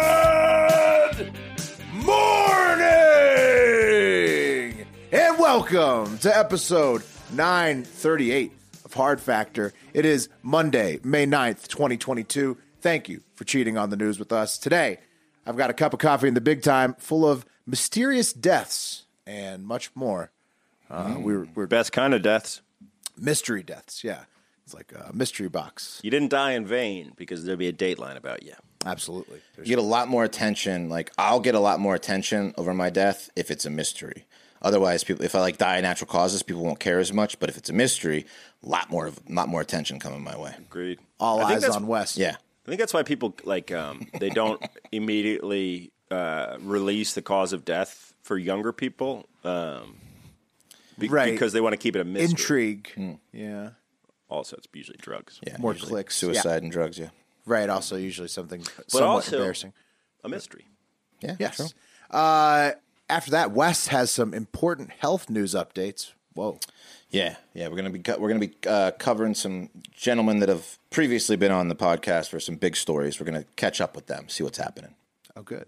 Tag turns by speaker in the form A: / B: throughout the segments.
A: Good morning! And welcome to episode 938 of Hard Factor. It is Monday, May 9th, 2022. Thank you for cheating on the news with us. Today, I've got a cup of coffee in the big time full of mysterious deaths and much more. Uh,
B: Mm.
A: we're, we're
B: Best kind of deaths.
A: mystery deaths, yeah. It's like a mystery box.
B: You didn't die in vain because there'd be a dateline about you.
A: Absolutely. There's-
C: You get a lot more attention. Like I'll get a lot more attention over my death if it's a mystery. Otherwise, people if I like die of natural causes, people won't care as much. But if it's a mystery, a lot more of lot more attention coming my way.
B: Agreed.
A: All
B: I think
A: eyes
B: that's-
A: on West.
C: Yeah.
B: I think that's why people like um, they don't immediately uh, release the cause of death for younger people, um, be-
A: Right.
B: Because they want to keep it a mystery.
A: Intrigue.
B: Hmm.
A: Yeah.
B: also, it's usually drugs.
C: Yeah.
A: More
C: usually
A: clicks. Yeah.
C: Suicide and drugs, yeah.
A: Right. Also, usually something
B: But
A: somewhat
B: also-
A: embarrassing.
B: a mystery.
C: Yeah.
A: Yes.
C: true.
A: Uh, after that, Wes has some important health news updates. Whoa.
C: Yeah, yeah, we're gonna be co- we're gonna be uh, covering some gentlemen that have previously been on the podcast for some big stories. We're gonna catch up with them, see what's happening.
A: Oh, good.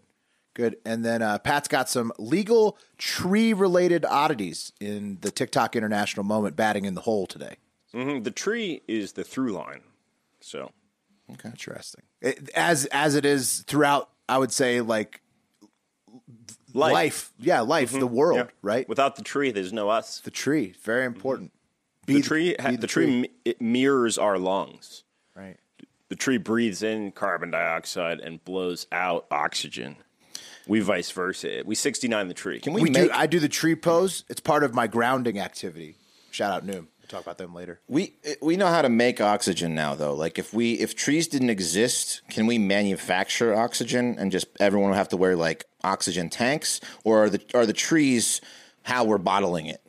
A: Good. And then uh, Pat's got some legal tree related oddities in the TikTok international moment batting in the hole today.
B: Mhm, The tree is the through line. So
A: Interesting. It, as as it is throughout, I would say like life. Yeah, life, the
C: Mm-hmm.
A: world,
B: Yeah.
A: right?
B: Without the tree, there's no us.
A: the tree, very important. Be
B: The tree, ha-
A: be
B: the, tree, mi- it mirrors our lungs.
A: Right.
B: The tree breathes in carbon dioxide and blows out oxygen. We vice versa. We 69 the tree.
C: Can
A: We,
C: we,
A: do.
C: make
A: I do the tree pose. It's part of my grounding activity. Shout out Noom. We'll talk about them later.
C: we we know how to make oxygen now though? Like if we if trees didn't exist, can we manufacture oxygen and just everyone would have to wear like oxygen tanks, or are the are the trees how we're bottling it?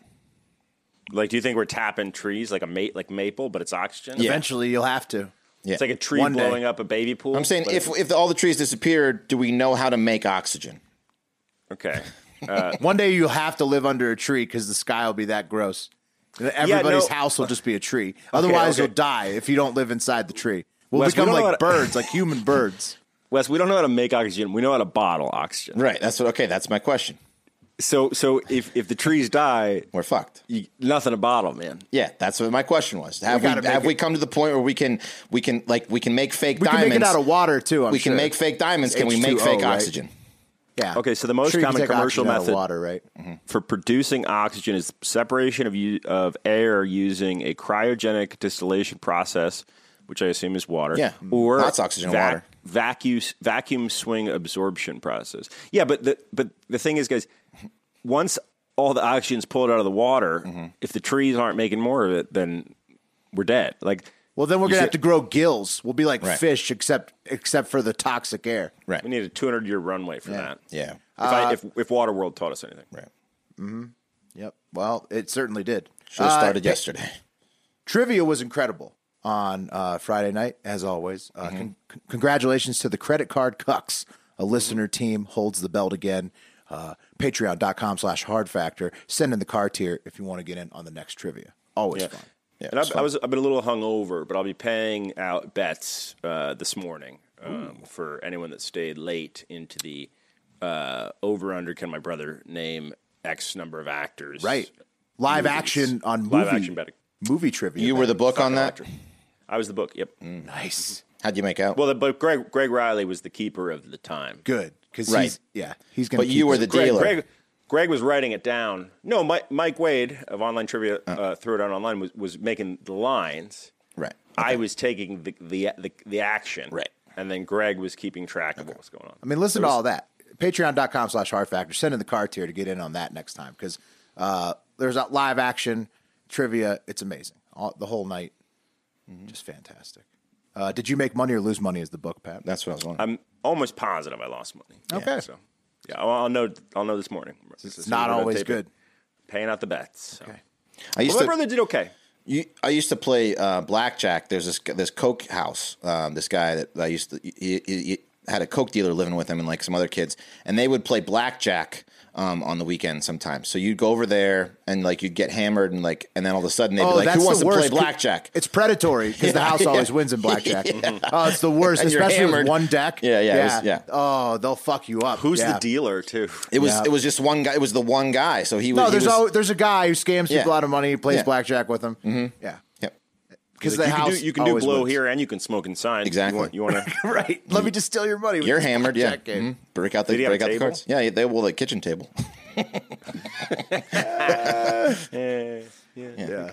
B: Like, do you think we're tapping trees like a mate, like maple, but it's oxygen?
C: Yeah.
A: Eventually, you'll have to.
C: Yeah,
B: It's like a tree
A: One day.
B: blowing up a baby pool.
C: I'm saying
B: but
C: if
B: it's-
C: if all the trees disappeared, do we know how to make oxygen?
B: okay,
A: One day, you'll have to live under a tree because the sky will be that gross. And Everybody's
B: no-
A: house will just be a tree. Otherwise,
B: okay.
A: you'll die if you don't live inside the tree. We'll
B: Wes, we
A: become
B: don't know
A: like
B: what-
A: birds, like human birds.
B: Wes, we don't know how to make oxygen. We know how to bottle oxygen.
C: Right. That's what. Okay. That's my question.
B: So, so if if the trees die,
C: We're fucked.
B: you, nothing to bottle, man.
C: Yeah, that's what my question was. Have we,
A: gotta make
C: have we
A: it-
C: come to the point where we can we can like we can make fake
A: We can
C: diamonds?
A: make it out of water too. I'm
C: we
A: sure.
C: can make fake diamonds. Can we make
A: H2O,
C: fake
A: right?
C: oxygen?
A: Yeah.
B: Okay, so the most
A: Sure you can
B: common
A: take
B: commercial
A: oxygen out of
B: method- Mm-hmm.
A: water, right? Mm-hmm.
B: for producing oxygen is separation of u- of air using a cryogenic distillation process, which I assume is water.
C: Yeah. Mm-hmm.
B: or
C: Lots of oxygen in water.
B: Vacuum vacuum swing absorption process. Yeah, but the but the thing is, guys, once all the oxygen's pulled out of the water,
C: Mm-hmm.
B: if the trees aren't making more of it, then we're dead. Like,
A: Well, then we're
B: You
A: gonna
B: should-
A: have to grow gills. We'll be like
C: Right.
A: fish, except except for the toxic air.
C: Right.
B: we need a 200 year runway for that.
C: yeah. Uh,
B: If, I, if if Waterworld taught us anything,
C: Right.
A: Yep. Well, it certainly did.
C: Should have
A: Uh,
C: started yesterday.
A: trivia was incredible on uh, Friday night, as always. Uh,
C: Mm-hmm.
A: con- con- congratulations to the Credit Card Cucks. A listener team holds the belt again. Uh, Patreon.com slash hard factor. Send in the card tier if you want to get in on the next trivia. Always fun.
C: Yeah,
B: and
C: it's
B: I, I was I've been a little hungover, but I'll be paying out bets uh, this morning um, for anyone that stayed late into the uh, over under. Can my brother name X number of actors?
A: Right. Live
B: Movies.
A: action on movie,
B: Live action betting.
A: movie trivia.
C: You were the book on that.
B: I was the book. Yep.
C: Mm.
A: Nice.
C: How'd you make out?
B: Well, the, but Greg Greg Riley was the keeper of the time.
A: Good. Because
C: Right.
A: he's, yeah, he's going
C: but you were the
B: Greg,
C: dealer.
B: Greg, Greg was writing it down. No, Mike, Mike Wade of Online Trivia uh, Throw It Down Online was, was making the lines.
C: Right.
B: I was taking the the the, the action.
C: Right.
B: And then Greg was keeping track of what was going on.
A: I mean, listen to all that. Patreon.com slash hard factor. Send in the card tier to get in on that next time because uh, there's a live action trivia. It's amazing. All, the whole night, just fantastic. Uh, did you make money or lose money? Is the book, Pat?
C: That's what I was wondering.
B: I'm almost positive I lost money.
A: Okay.
B: So, yeah, I'll, I'll know. I'll know this morning.
A: it's not always good.
B: Paying out the bets. So.
C: I used
B: Well, my
C: to
B: brother did okay.
C: You, I used to play uh, blackjack. There's this this coke house. Um, this guy that I used to he, he, he had a coke dealer living with him and like some other kids, and they would play blackjack um, on the weekend sometimes. So you'd go over there and like you'd get hammered and like, and then all of a sudden
B: Oh,
C: they'd be like, "Who wants to play blackjack?"
A: It's predatory because the house always wins in blackjack. Oh, it's the worst,
C: And you're
A: especially with
C: hammered.
A: one deck.
C: Yeah, yeah, it was- yeah.
A: Oh, they'll fuck you up.
B: Who's
A: Yeah.
B: the dealer too?
C: It was
A: Yeah.
C: it was just one guy. It was the one guy. So he was.
A: No,
C: he
A: there's
C: was-
A: al there's a guy who scams people
C: Yeah.
A: out of money. He plays
C: Yeah.
A: blackjack with them. Yeah,
C: Yep.
A: because the
B: you
A: house
B: can do, you can do
A: always
B: blow
A: wins.
B: here and you can smoke and sign.
C: Exactly.
B: You want to?
A: right? Let me just steal your money. with
C: You're
A: this
C: hammered. Yeah.
A: blackjack game.
C: Mhm. Break out the
B: Did he have a
C: break out the
B: table?
C: cards. Yeah, they will the kitchen table.
A: Yeah.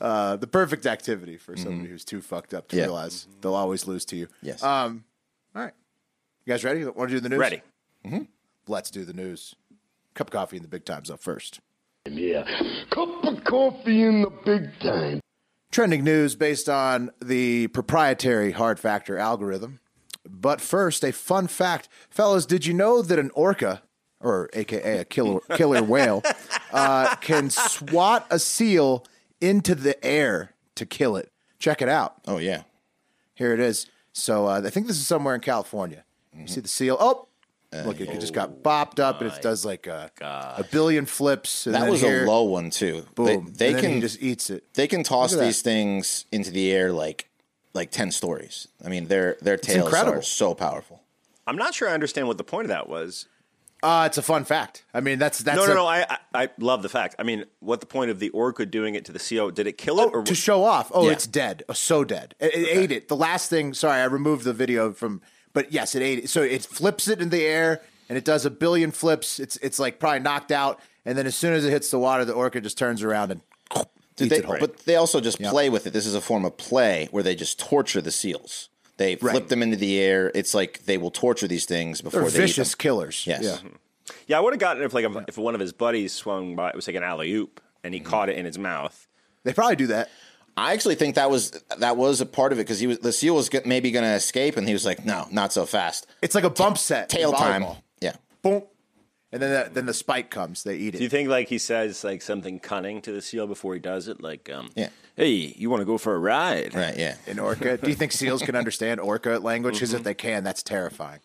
A: Uh, the perfect activity for somebody who's too fucked up to
C: Mm-hmm. Yeah.
A: realize they'll always lose to you.
C: Yes.
A: Um, all right. You guys ready? Want to do the news?
B: Ready.
A: Let's do the news. Cup of coffee and the big times up first.
D: Yeah. Cup of coffee in the big time.
A: Trending news based on the proprietary hard factor algorithm. But first, a fun fact. Fellas, did you know that an orca, or AKA a killer, killer whale, uh, can swat a seal into the air to kill it? Check it out.
C: Oh yeah.
A: Here it is. So uh, I think this is somewhere in California.
C: Mm-hmm.
A: You see the seal? Oh,
C: Uh,
A: look, it just
C: oh
A: got bopped up, and it does like a, a billion flips. And
C: That
A: then
C: was
A: here,
C: a low one too.
A: Boom.
C: They,
A: and
C: they
A: then he
C: can
A: just eats it.
C: they can toss
A: Look at
C: these things into the air like like ten stories. I mean, their their tails
A: incredible.
C: are so powerful.
B: I'm not sure I understand what the point of that was.
A: Uh, it's a fun fact. I mean, that's that's
B: No,
A: a-
B: no, no. I, I I love the fact. I mean, what the point of the orca doing it to the CO? Did it kill it or
A: to show off. Oh,
C: Yeah.
A: it's dead. Oh, so dead. It, it ate it. The last thing. Sorry, I removed the video from. But yes, it ate it. So it flips it in the air and it does a billion flips. It's it's like probably knocked out. And then as soon as it hits the water, the orca just turns around and
C: Did
A: eats
C: they,
A: it whole.
C: but they also just play with it. This is a form of play where they just torture the seals. They flip them into the air. It's like they will torture these things before
A: They're
C: they
A: vicious
C: Eat
A: killers.
C: them. Yes. Mm-hmm.
A: Yeah.
B: Yeah, I would have gotten it if like if- if one of his buddies swung by. It was like an alley oop, and he
A: Mm-hmm.
B: caught it in his mouth.
A: They probably do that.
C: I actually think that was that was a part of it because he was the seal was get, maybe going to escape and he was like, no, not so fast.
A: It's like a bump set. in
C: Tail time.
A: volleyball.
C: Yeah.
A: Boom. And then the, then the spike comes. They eat
B: Do you
A: it.
B: think like he says like something cunning to the seal before he does it? Like, um,
C: Yeah.
B: hey, you want to go for a ride?
C: Right. Yeah.
A: An orca. do you think seals can understand orca language? Because
C: Mm-hmm.
A: if they can, that's terrifying.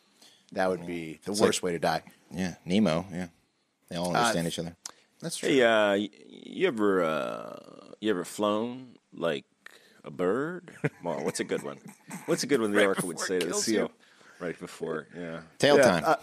A: That would be the worst way to die.
C: Yeah. Nemo. Yeah. They all
A: Uh,
C: understand each other.
A: That's true.
B: Hey, uh, y- you ever uh, you ever flown like a bird? Well, what's a good one? What's a good one? The orca would say to the seal right before. Yeah.
C: Tail time.
A: uh,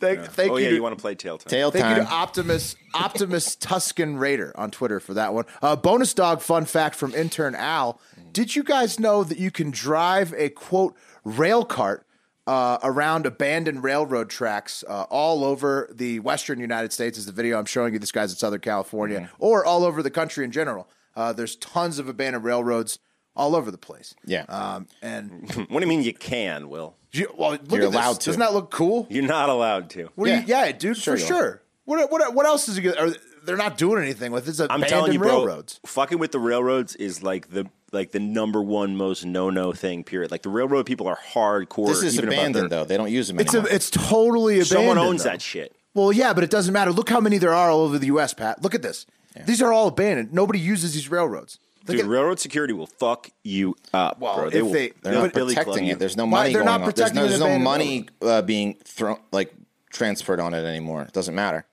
A: Thank, thank
B: oh
A: you.
B: yeah,
A: to-
B: you want to play tail time?
C: Tail
A: Thank you
C: time.
A: to Optimus Optimus Tuscan Raider on Twitter for that one. Uh, bonus dog fun fact from intern Al: Did you guys know that you can drive a quote rail cart uh, around abandoned railroad tracks uh, all over the western United States? Is the video I'm showing you? This guy's in Southern California,
C: Mm-hmm.
A: or all over the country in general. Uh, there's tons of abandoned railroads all over the place.
C: Yeah.
A: um, and
B: What do you mean you can? Will
A: you, well, look
C: You're
A: at
C: allowed
A: this.
C: to.
A: Doesn't that look cool?
B: you're not allowed to?
A: What yeah.
C: Yeah.
A: you, yeah, dude,
C: Sure
A: for
C: you are.
A: sure. What, what what else is he gonna? Are, they're not doing anything with it. It's
B: I'm
A: abandoned
B: telling you, bro.
A: railroads.
B: Fucking with the railroads is like the like the number one most no no thing. Period. Like the railroad people are hardcore.
C: This is
B: even about
C: abandoned
B: their-
C: though. They don't use them
A: It's a,
C: anymore.
A: it's totally abandoned.
B: Someone owns
A: though.
B: that shit.
A: Well, yeah, but it doesn't matter. Look how many there are all over the U.S. Pat, look at this. These are all abandoned. Nobody uses these railroads. Look
B: Dude,
A: at-
B: railroad security will fuck you up,
A: Well,
B: bro.
A: if
B: will,
A: they-
C: They're
B: they'll
C: not
B: billy club
C: protecting
B: you.
C: it. There's no
A: Why-
C: money
A: they're
C: going
A: not
C: on. There's
A: protecting
C: no, there's
A: the
C: no
A: abandoned
C: money uh, being thrown, like transferred on it anymore. It doesn't matter.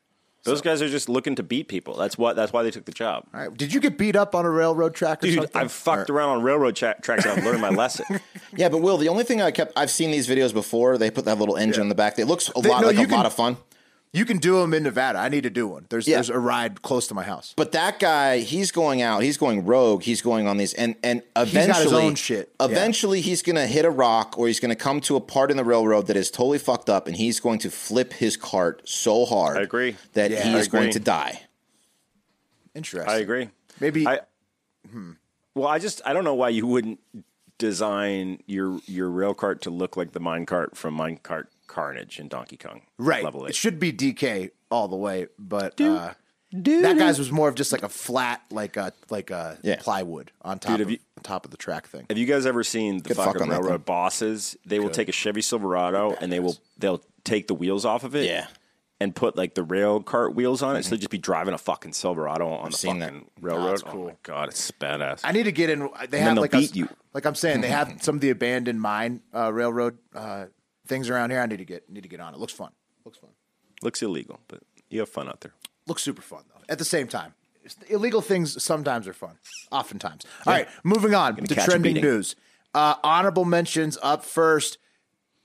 B: Those guys are just looking to beat people. That's what. That's why they took the job.
A: all right, did you get beat up on a railroad track? Or
B: Dude,
A: something?
B: I've fucked around on railroad tra- tracks and I've learned my lesson.
C: Yeah, but Will, the only thing I kept, I've seen these videos before. They put that little engine in the back. It looks a lot
A: no,
C: like a
A: you can-
C: lot of fun.
A: You can do them in Nevada. I need to do one. There's
C: Yeah.
A: there's a ride close to my house.
C: But that guy, he's going out. He's going rogue. He's going on these, and and eventually,
A: got his own shit. Yeah.
C: Eventually, he's gonna hit a rock, or he's gonna come to a part in the railroad that is totally fucked up, and he's going to flip his cart so hard.
B: I agree.
C: that
A: Yeah.
C: he
A: I
C: is going
B: agree.
C: to die.
A: Interesting.
B: I agree.
A: Maybe-
B: I, Well, I just I don't know why you wouldn't design your your rail cart to look like the mine cart from Mine Cart Carnage and Donkey Kong.
A: Right.
B: Level
A: It
B: eight.
A: should be DK all the way, but uh, that guy's was more of just like a flat, like a like a
C: Yeah.
A: plywood on top
B: Dude, have
A: of
B: you-
A: on top of the track thing.
B: Have you guys ever seen the
C: Good fuck
B: fucking
C: on that
B: railroad
C: thing.
B: bosses? They will take a Chevy Silverado and they will they'll take the wheels off of it.
C: Yeah.
B: And put like the rail cart wheels on it, so they just be driving a fucking Silverado on the
C: seen
B: fucking
C: that.
B: railroad. Oh, my god, it's badass.
A: I need to get in. They
B: then
A: have
B: they'll
A: like
B: beat
A: a,
B: you.
A: Like I'm saying, they have some of the abandoned mine uh, railroad uh, things around here. I need to get need to get on. It looks fun. Looks fun.
B: Looks illegal, but you have fun out there.
A: Looks super fun though. At the same time, it's- illegal things sometimes are fun. Oftentimes. All right, moving on to
B: catch a
A: trending
B: beating.
A: news. Uh, honorable mentions up first.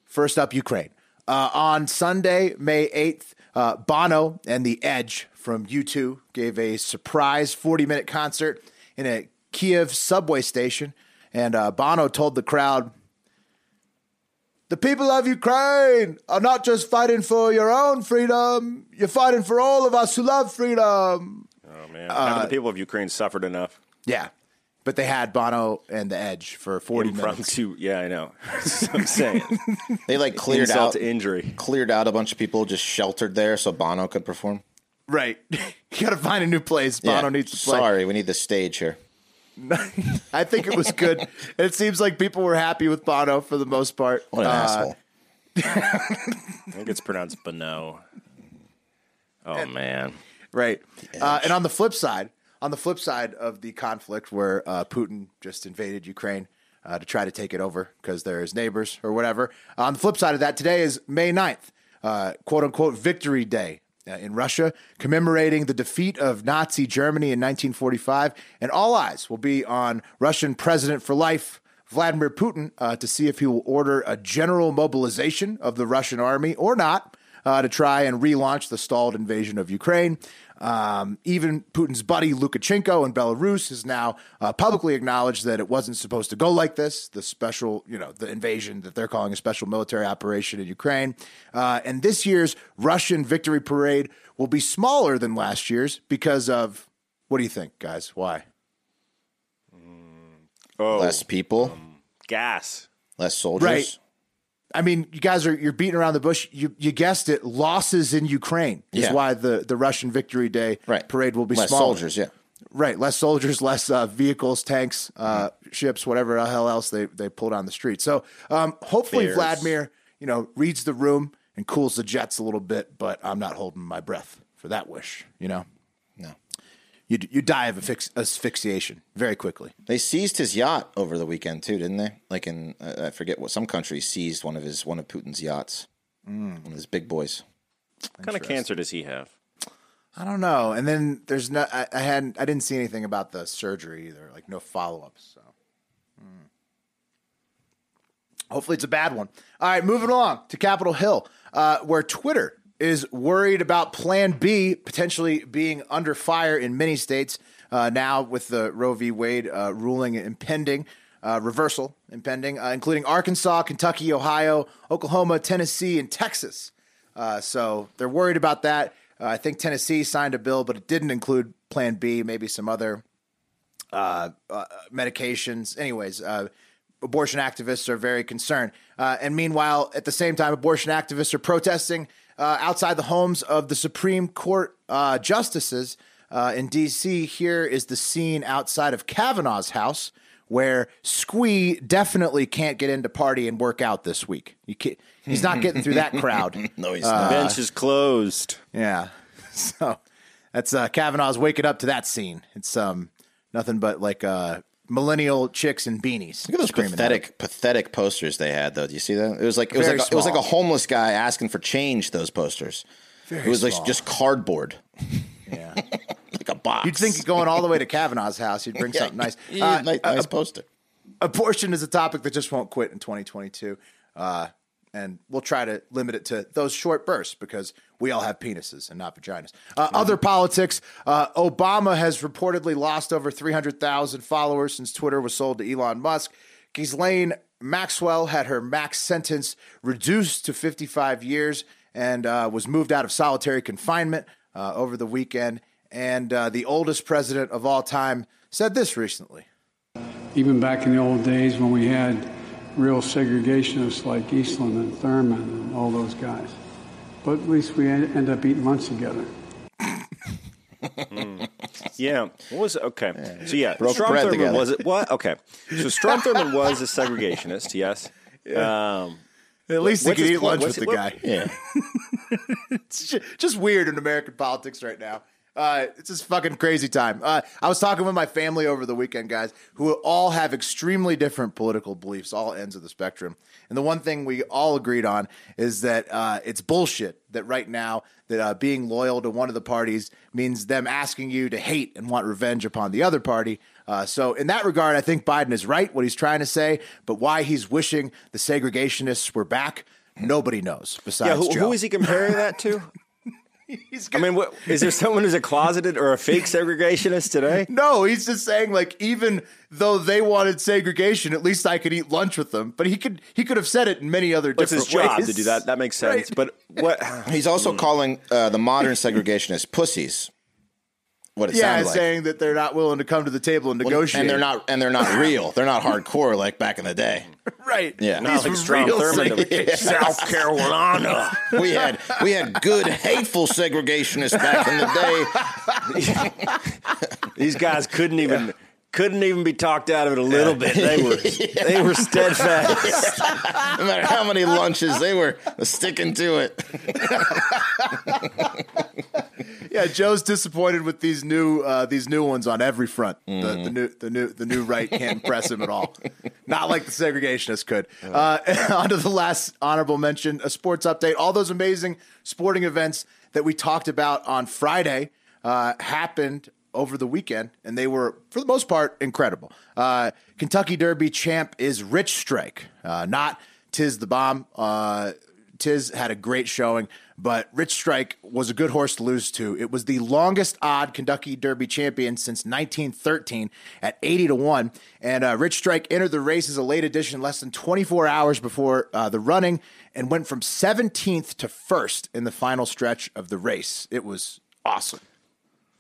A: First up, Ukraine. Uh, on Sunday, May 8th, uh, Bono and The Edge from U2 gave a surprise 40 minute concert in a Kiev subway station. And uh, Bono told the crowd, The people of Ukraine are not just fighting for your own freedom, you're fighting for all of us who love freedom.
B: Oh man, Haven't the people of Ukraine suffered enough?
A: Yeah. But they had Bono and The Edge for 40 minutes.
B: Impromptu, yeah, I know. That's what I'm saying
C: They like cleared
B: insult
C: out
B: to injury.
C: cleared out a bunch of people, just sheltered there so Bono could perform.
A: Right. you got to find a new place. Bono
C: Yeah.
A: needs to play.
C: Sorry, we need the stage here.
A: I think it was good. it seems like people were happy with Bono for the most part.
C: What an
A: Uh,
C: asshole.
B: I think it's pronounced Bono. Oh man,
A: Right. Uh, and on the flip side, on the flip side of the conflict where uh, Putin just invaded Ukraine uh, to try to take it over because they're his neighbors or whatever. On the flip side of that, today is May 9th, uh, quote unquote, Victory Day. uh, In Russia, commemorating the defeat of Nazi Germany in 1945, and all eyes will be on Russian president for life, Vladimir Putin uh, to see if he will order a general mobilization of the Russian army or not uh, to try and relaunch the stalled invasion of Ukraine. Um, even Putin's buddy Lukashenko in Belarus has now uh, publicly acknowledged that it wasn't supposed to go like this. The special, you know, the invasion that they're calling a special military operation in Ukraine. Uh, and this year's Russian victory parade will be smaller than last year's because of what do you think, guys? Why?
C: Less people,
B: Oh, gas.
C: less soldiers.
A: Right. I mean, you guys are you're beating around the bush. You you guessed it. Losses in Ukraine is
C: Yeah.
A: why the, the Russian Victory Day
C: Right.
A: parade will be
C: less
A: smaller.
C: soldiers, yeah.
A: Right, less soldiers, less uh, vehicles, tanks, uh,
C: Uh-huh.
A: ships, whatever the hell else they they pull down the street. So um, hopefully
B: Bears.
A: Vladimir, you know, reads the room and cools the jets a little bit. But I'm not holding my breath for that wish. You know,
C: No.
A: you you die of asphyx- asphyxiation very quickly.
C: They seized his yacht over the weekend too, didn't they? Like in uh, I forget what some country seized one of his one of Putin's yachts.
A: Mm.
C: One of his big boys.
B: What kind of cancer does he have?
A: I don't know. And then there's no, I, I hadn't, I didn't see anything about the surgery either, like no follow ups. So Hmm. hopefully it's a bad one. All right, moving along to Capitol Hill, uh, where Twitter is worried about Plan B potentially being under fire in many states uh, now with the Roe v. Wade uh, ruling impending. Uh, reversal impending, uh, including Arkansas, Kentucky, Ohio, Oklahoma, Tennessee, and Texas. Uh, so they're worried about that. Uh, I think Tennessee signed a bill, but it didn't include Plan B, maybe some other uh, uh, medications. Anyways, uh, abortion activists are very concerned. Uh, and meanwhile, at the same time, abortion activists are protesting uh, outside the homes of the Supreme Court uh, justices uh, in D.C. Here is the scene outside of Kavanaugh's house. Where Squee definitely can't get into party and work out this week. You can't, he's not getting through that crowd.
C: No, he's not.
B: Bench is closed.
A: Yeah. So that's uh Kavanaugh's waking up to that scene. It's um nothing but like uh millennial chicks in beanies.
C: Look at those
A: screaming
C: pathetic, pathetic posters they had, though. Do you see that? It was like it was
A: Very
C: like a, it was like a
A: small.
C: homeless guy asking for change. Those posters. it was
A: small.
C: like just cardboard,
A: at them. Yeah.
C: like a box.
A: You'd think going all the way to Kavanaugh's house, you'd bring
C: Yeah,
A: something nice.
C: yeah,
A: Uh,
C: nice, nice poster.
A: abortion is a topic that just won't quit in 2022. Uh, and we'll try to limit it to those short bursts because we all have penises and not vaginas. Uh, Other politics uh, Obama has reportedly lost over 300,000 followers since Twitter was sold to Elon Musk. Ghislaine Maxwell had her max sentence reduced to 55 years and uh, was moved out of solitary confinement uh, over the weekend. And uh, the oldest president of all time said this recently.
E: Even back in the old days when we had real segregationists like Eastland and Thurman and all those guys. But at least we en- end up eating lunch together.
B: Yeah. What was it? Okay. So yeah,
C: Broke bread
B: Strom
C: together.
B: was it? What? Okay. So Strom Thurmond was a segregationist. Yes. Um,
A: At least he could
B: what's his
A: eat
B: point?
A: lunch with the
B: What's it-
A: guy.
B: what-
C: Yeah.
A: It's ju- just weird in American politics right now. Uh, it's just fucking crazy time. Uh, I was talking with my family over the weekend, guys, who all have extremely different political beliefs, all ends of the spectrum. And the one thing we all agreed on is that uh, it's bullshit that right now that uh, being loyal to one of the parties means them asking you to hate and want revenge upon the other party. Uh, so in that regard, I think Biden is right what he's trying to say, but why he's wishing the segregationists were back, nobody knows. Besides,
B: yeah. Who,
A: Joe.
B: who is he comparing that to?
A: He's
B: I mean, what, is there someone who's a closeted or a fake segregationist today?
A: No, he's just saying like even though they wanted segregation, at least I could eat lunch with them. But he could he could have said it in many other
B: It's
A: different
B: his job
A: ways.
B: to do that. That makes
A: Right.
B: sense. But what?
C: He's also calling uh, the modern segregationists pussies. What it
A: yeah,
C: sounded like.
A: saying that they're not willing to come to the table and
C: Well,
A: negotiate.
C: And they're not and they're not real. They're not hardcore like back in the day.
A: right.
C: Yeah.
B: Not like
A: These
B: Strom
A: real
B: Thurmond
A: segregationists.
B: of South Carolina.
C: We had we had good hateful segregationists back in the day.
B: These guys couldn't even couldn't even be talked out of it a little bit. They were they were steadfast.
C: No matter how many lunches they were sticking to it.
A: Yeah, Joe's disappointed with these new uh, these new ones on every front. The, the new the new the new right can't impress him at all. Not like the segregationists could. Uh, on to the last honorable mention, a sports update. All those amazing sporting events that we talked about on Friday uh, happened over the weekend, and they were for the most part incredible. Uh, Kentucky Derby champ is Rich Strike, uh, not Tis the Bomb. Uh, Tiz had a great showing, but Rich Strike was a good horse to lose to. It was the longest odd Kentucky Derby champion since 1913 at 80 to 1. And uh, Rich Strike entered the race as a late addition less than 24 hours before uh, the running and went from 17th to 1st in the final stretch of the race. It was awesome.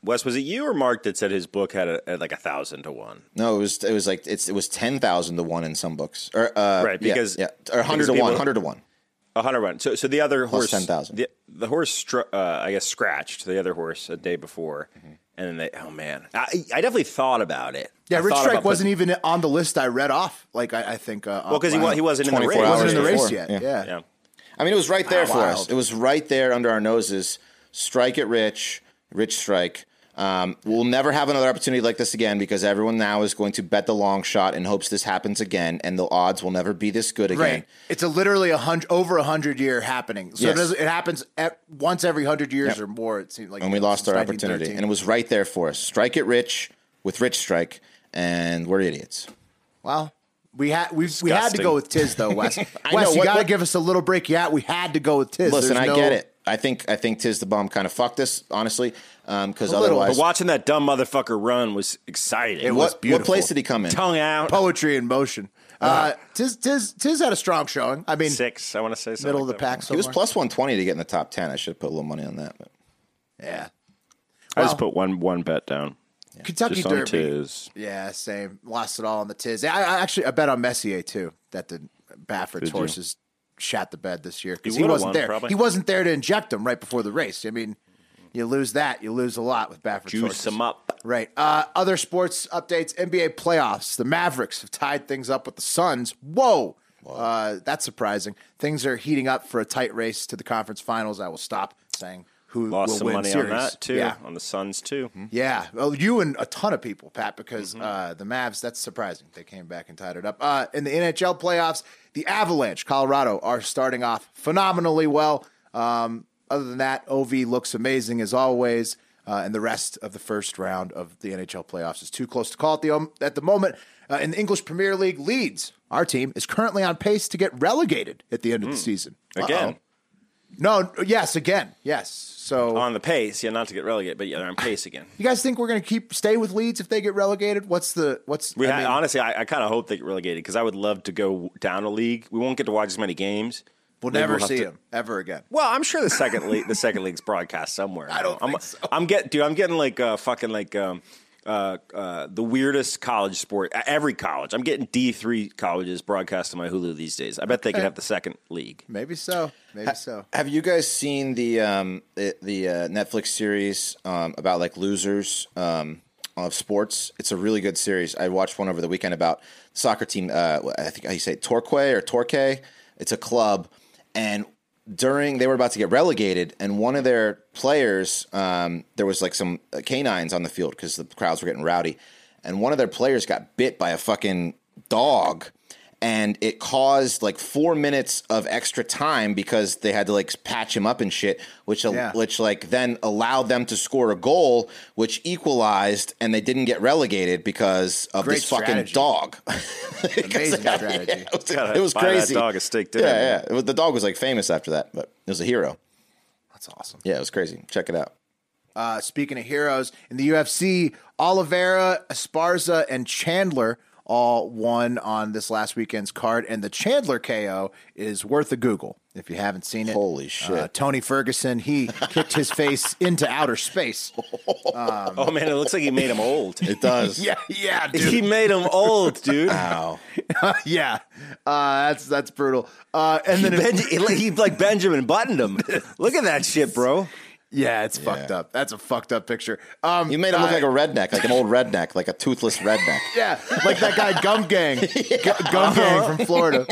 B: Wes, was it you or Mark that said his book had, a, had like a thousand to one?
C: No, it was it was like it's it was ten thousand to one in some books. Or uh,
B: Right,
C: yeah,
B: because-
C: yeah, or hundred
B: because
C: to one,
B: people-
C: hundred to one.
B: A hundred run. So so the other horse
C: 10,000.
B: The, the horse str- uh, I guess scratched the other horse a day before,
C: Mm-hmm.
B: and then they oh man, I, I definitely thought about it.
A: Yeah,
B: I
A: Rich
B: thought
A: Strike
B: about
A: wasn't even on the list I read off. Like, I, I think. Uh,
B: Well, because he, wa- he wasn't in the
C: 24
B: race.
C: hours
A: wasn't in the
C: before.
A: race yet.
C: Yeah.
A: yeah.
B: Yeah.
C: I mean, it was right there for us.
A: Ah, wild.
C: It was right there under our noses. Strike it rich, rich strike. Um, we'll never have another opportunity like this again because everyone now is going to bet the long shot in hopes this happens again, and the odds will never be this good again.
A: Right. It's a literally a hundred over a hundred year happening. So it,
C: Yes.
A: doesn't, it happens at once every hundred years or more. It seems like.
C: And we lost our opportunity, and it was right there for us. Strike it rich with rich strike, and we're idiots.
A: well, we had we we had to
B: Disgusting.
A: go with Tiz though, Wes. Wes,
C: know,
A: you
C: what-
A: got to
C: what-
A: give us a little break. Yeah, we had to go with Tiz.
C: Listen,
A: There's
C: I
A: no-
C: get it. I think I think Tiz the Bomb kind of fucked us, honestly, because
A: little,
C: otherwise,
B: But watching that dumb motherfucker run was exciting. It
A: was
C: what, what
A: beautiful.
C: place did he come in?
B: tongue out
A: poetry in motion.
C: Uh-huh.
A: Uh, Tiz Tiz Tiz had a strong showing. I mean,
B: six. I want to say something
A: middle of the
B: like that.
A: pack. So
C: He was plus one twenty to get in the top ten. I should have put a little money on that. But.
A: Yeah,
B: I just put one one bet down.
A: Kentucky
B: Just
A: Derby.
B: on Tiz.
A: Yeah, same. Lost it all on the Tiz. I, I actually I bet on Messier too. That the Baffert's
B: you?
A: horses shat the bed this year because
B: He
A: he
B: would've
A: wasn't
B: won,
A: there.
B: probably.
A: He wasn't there to inject them right before the race. I mean, you lose that, you lose a lot with Baffert's
B: Juice
A: horses.
B: him up.
A: Right. Uh, other sports updates: NBA playoffs. The Mavericks have tied things up with the Suns. Whoa. Uh, that's surprising. Things are heating up for a tight race to the conference finals. I will stop saying who
B: Lost
A: will
B: some
A: win
B: money
A: series.
B: on that too,
A: Yeah. Mm-hmm.
B: on the Suns too.
A: Yeah, well, you and a ton of people, Pat, because
B: Mm-hmm.
A: uh, the Mavs. That's surprising. They came back and tied it up. Uh, in the NHL playoffs, the Avalanche, Colorado, are starting off phenomenally well. Um, other than that, Ov looks amazing as always, uh, and the rest of the first round of the NHL playoffs is too close to call at the um, at the moment. Uh, in the English Premier League, Leeds, our team, is currently on pace to get relegated at the end of the season.
B: Mm. Again,
A: Uh-oh. no, yes, again, yes. So
B: on the pace, yeah, not to get relegated, but yeah, they're on pace again.
A: you guys think we're going to keep stay with Leeds if they get relegated? What's the what's
B: We
A: I
B: ha-
A: mean,
B: honestly, I, I kind of hope they get relegated because I would love to go down a league. We won't get to watch as many games.
A: we'll
B: Maybe
A: never
B: have
A: see
B: to-
A: him ever again.
B: Well, I'm sure the second league, the second league's broadcast somewhere. I
A: don't
B: I'm,
A: think so.
B: I'm get, dude. I'm getting like uh, fucking like um, uh, uh, the weirdest college sport. uh, Every college. I'm getting D three colleges broadcast on my Hulu these days. I bet they could have the second league.
A: Maybe so. Maybe so.
C: Have you guys seen the um, the, the uh, Netflix series um, about like losers um, of sports? It's a really good series. I watched one over the weekend about soccer team. Uh, I think how you say it, Torque or Torque. It's a club, and during they were about to get relegated, and one of their players, um, there was like some uh, canines on the field because the crowds were getting rowdy, and one of their players got bit by a fucking dog and it caused like four minutes of extra time because they had to like patch him up and shit, which al-
A: Yeah.
C: which like then allowed them to score a goal, which equalized, and they didn't get relegated because of
A: Great
C: this fucking
A: strategy.
C: dog.
A: Amazing strategy.
C: it was,
B: Gotta
C: it was
B: buy that
C: crazy.
B: dog a steak dinner,
C: yeah,
B: man.
C: yeah. It was- the dog was like famous after that, but it was a hero.
A: That's awesome.
C: Yeah, it was crazy. Check it out.
A: Uh, speaking of heroes in the UFC, Oliveira, Esparza, and Chandler all won on this last weekend's card, and the Chandler KO is worth a Google if you haven't seen it.
C: Holy shit.
A: Uh, Tony Ferguson, he kicked his face into outer space. Um,
B: Oh man, it looks like he made him old.
C: It does.
A: Yeah, yeah,
B: he made him old, dude.
C: Wow.
A: yeah. Uh, that's that's brutal. Uh, and then
B: Ben- he, like- he like Benjamin buttoned him. Look at that shit, bro.
A: yeah, it's fucked up. That's a fucked up picture. Um,
C: You made him look
A: uh,
C: like a redneck, like an old redneck, like a toothless redneck.
A: yeah, like that guy Gum Gang, Gu-
B: Uh-huh.
A: Gum Gang from Florida.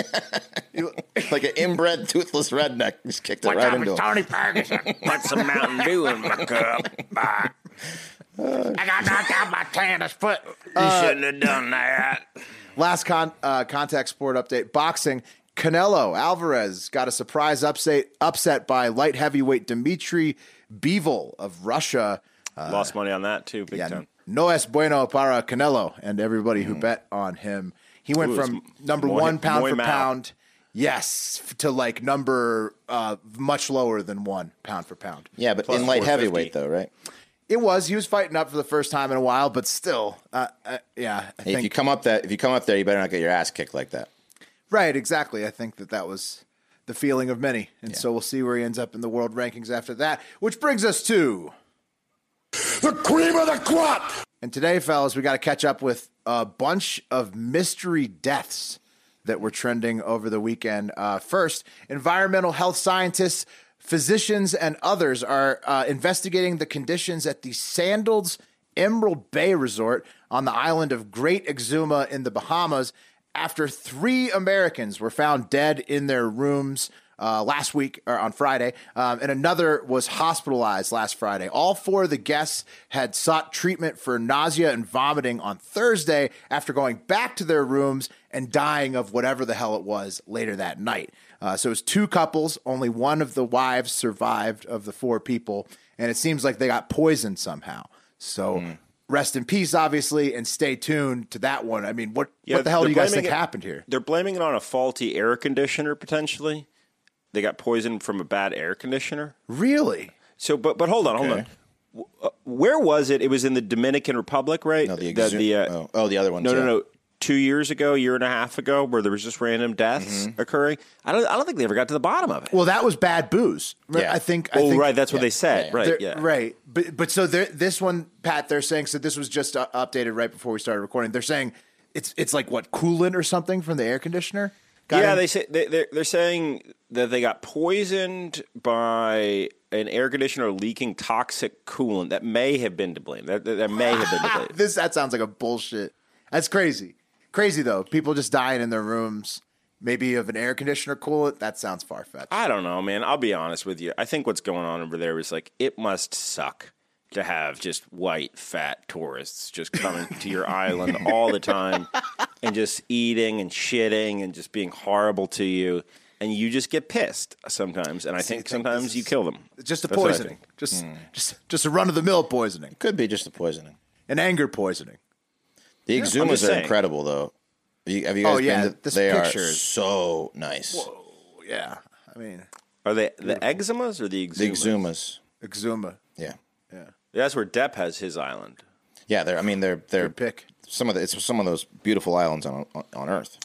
C: like an inbred toothless redneck. Just kicked it right into him.
F: Tony Ferguson. Put some Mountain Dew in my cup. Bye. I got knocked out by Tanner's foot. You
A: Uh,
F: shouldn't have done that.
A: Last con- uh, contact sport update: boxing. Canelo Alvarez got a surprise upset upset by light heavyweight Dmitry Bivol of Russia.
B: Lost money on that too, big
A: uh, Yeah,
B: time.
A: no es bueno para Canelo and everybody who bet on him. He went
B: Mm. Ooh,
A: from
B: it's
A: number
B: Moy-
A: one pound
B: Moy
A: for
B: Mao.
A: pound, yes, f- to like number uh, much lower than one pound for pound.
C: Yeah, but
B: Plus
C: in light
B: 450.
C: heavyweight though, right?
A: It was he was fighting up for the first time in a while, but still, uh, uh, yeah, I
C: If you
A: think
C: come up that if you come up there, you better not get your ass kicked like that.
A: right, exactly. I think that that was the feeling of many, and so we'll see where he ends up in the world rankings after that. Which brings us to
G: The cream of the crop.
A: And today, fellas, we got to catch up with a bunch of mystery deaths that were trending over the weekend. Uh, first, environmental health scientists, physicians, and others are uh, investigating the conditions at the Sandals Emerald Bay Resort on the island of Great Exuma in the Bahamas after three Americans were found dead in their rooms uh, last week or on Friday, um, and another was hospitalized last Friday. All four of the guests had sought treatment for nausea and vomiting on Thursday after going back to their rooms and dying of whatever the hell it was later that night. Uh, so it was two couples, only one of the wives survived of the four people, and it seems like they got poisoned somehow. So. Rest in peace, obviously, and stay tuned to that one. I mean, what what the hell do
B: they're
A: you guys
B: blaming
A: think
B: it-
A: happened here?
B: They're blaming it on a faulty air conditioner potentially. They got poisoned from a bad air conditioner.
A: Really?
B: So, but but hold on, hold on. W- uh, Where was it? It was in the Dominican Republic, right?
C: No, the, exu-
B: uh,
C: oh, oh, the other one.
B: no, no, no. Two years ago, year and a half ago, where there was just random deaths
A: Mm-hmm.
B: occurring. I don't, I don't think they ever got to the bottom of it.
A: Well, that was bad booze. Right?
C: Yeah.
A: I think. I
B: oh,
A: think
B: right, that's what they
A: they're-
B: said. Right, yeah.
A: right. But but so they're- this one, Pat, they're saying so. This was just uh, updated right before we started recording. They're saying it's it's like what coolant or something from the air conditioner. Got
B: yeah,
A: in-
B: they say they, they're, they're saying that they got poisoned by an air conditioner leaking toxic coolant that may have been to blame. That, that, that may have been to blame.
A: this that sounds like a bullshit. That's crazy. Crazy though. People just dying in their rooms. Maybe of an air conditioner coolant. That sounds far fetched.
B: I don't know, man. I'll be honest with you. I think what's going on over there is like it must suck to have just white fat tourists just coming to your island all the time and just eating and shitting and just being horrible to you. And you just get pissed sometimes. And I think
A: think
B: sometimes
A: this
B: you kill them.
A: Just a
B: That's what I
A: poisoning.
B: think. Hmm.
A: Just just just a run of the mill poisoning.
C: Could be just the poisoning.
A: An anger poisoning.
C: The
B: I'm
C: exumas
B: just
C: are
B: saying.
C: incredible though. Have you, have you guys
A: Oh, yeah,
C: been to-
A: this
C: they
A: picture
C: are
A: is-
C: so nice.
A: Yeah. I mean,
B: Are they the eczemas or the exumas?
C: The exumas.
A: Exuma.
C: Yeah.
B: That's where Depp has his island.
C: Yeah, they're I mean they're they're
A: Good pick.
C: some of the it's some of those beautiful islands on on, on earth.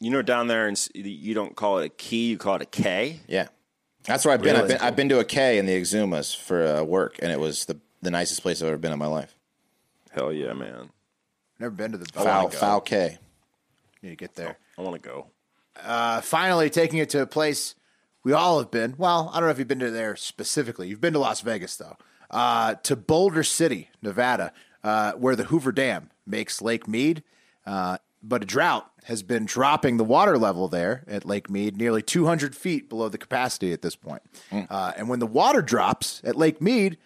B: You know, down there, and s- you don't call it a key, you call it a K.
C: Yeah. That's where I've been. I've
B: Really?
C: been I've been to a K in the exumas for uh, work and it was the the nicest place I've ever been in my life.
B: Hell yeah, man.
A: Never been to the I
C: Foul,
A: wanna go.
C: foul K.
A: Need to get there.
B: I want to go.
A: Uh, finally, taking it to a place we all have been. Well, I don't know if you've been to there specifically. You've been to Las Vegas though. Uh, to Boulder City, Nevada, uh, where the Hoover Dam makes Lake Mead. Uh, but a drought has been dropping the water level there at Lake Mead nearly 200 feet below the capacity at this point. Uh, and when the water drops at Lake Mead,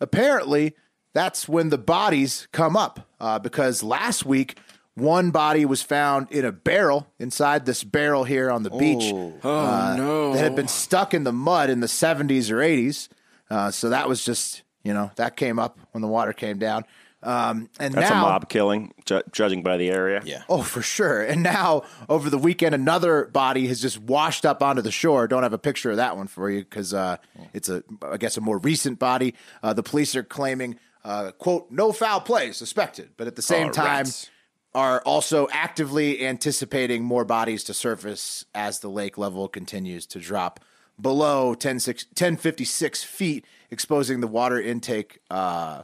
A: apparently that's when the bodies come up uh, because last week one body was found in a barrel inside this barrel here on the beach uh, that had been stuck in the mud in the 70s or 80s uh, so that was just you know that came up when the water came down um, and
B: That's
A: now
B: a mob killing, ju- judging by the area.
C: Yeah.
A: Oh, for sure. And now over the weekend, another body has just washed up onto the shore. Don't have a picture of that one for you because uh, it's a, I guess, a more recent body. Uh, the police are claiming, uh, quote, no foul play suspected, but at the same
B: Oh,
A: time,
B: rats.
A: are also actively anticipating more bodies to surface as the lake level continues to drop below 10, 1056 feet, exposing the water intake. Uh,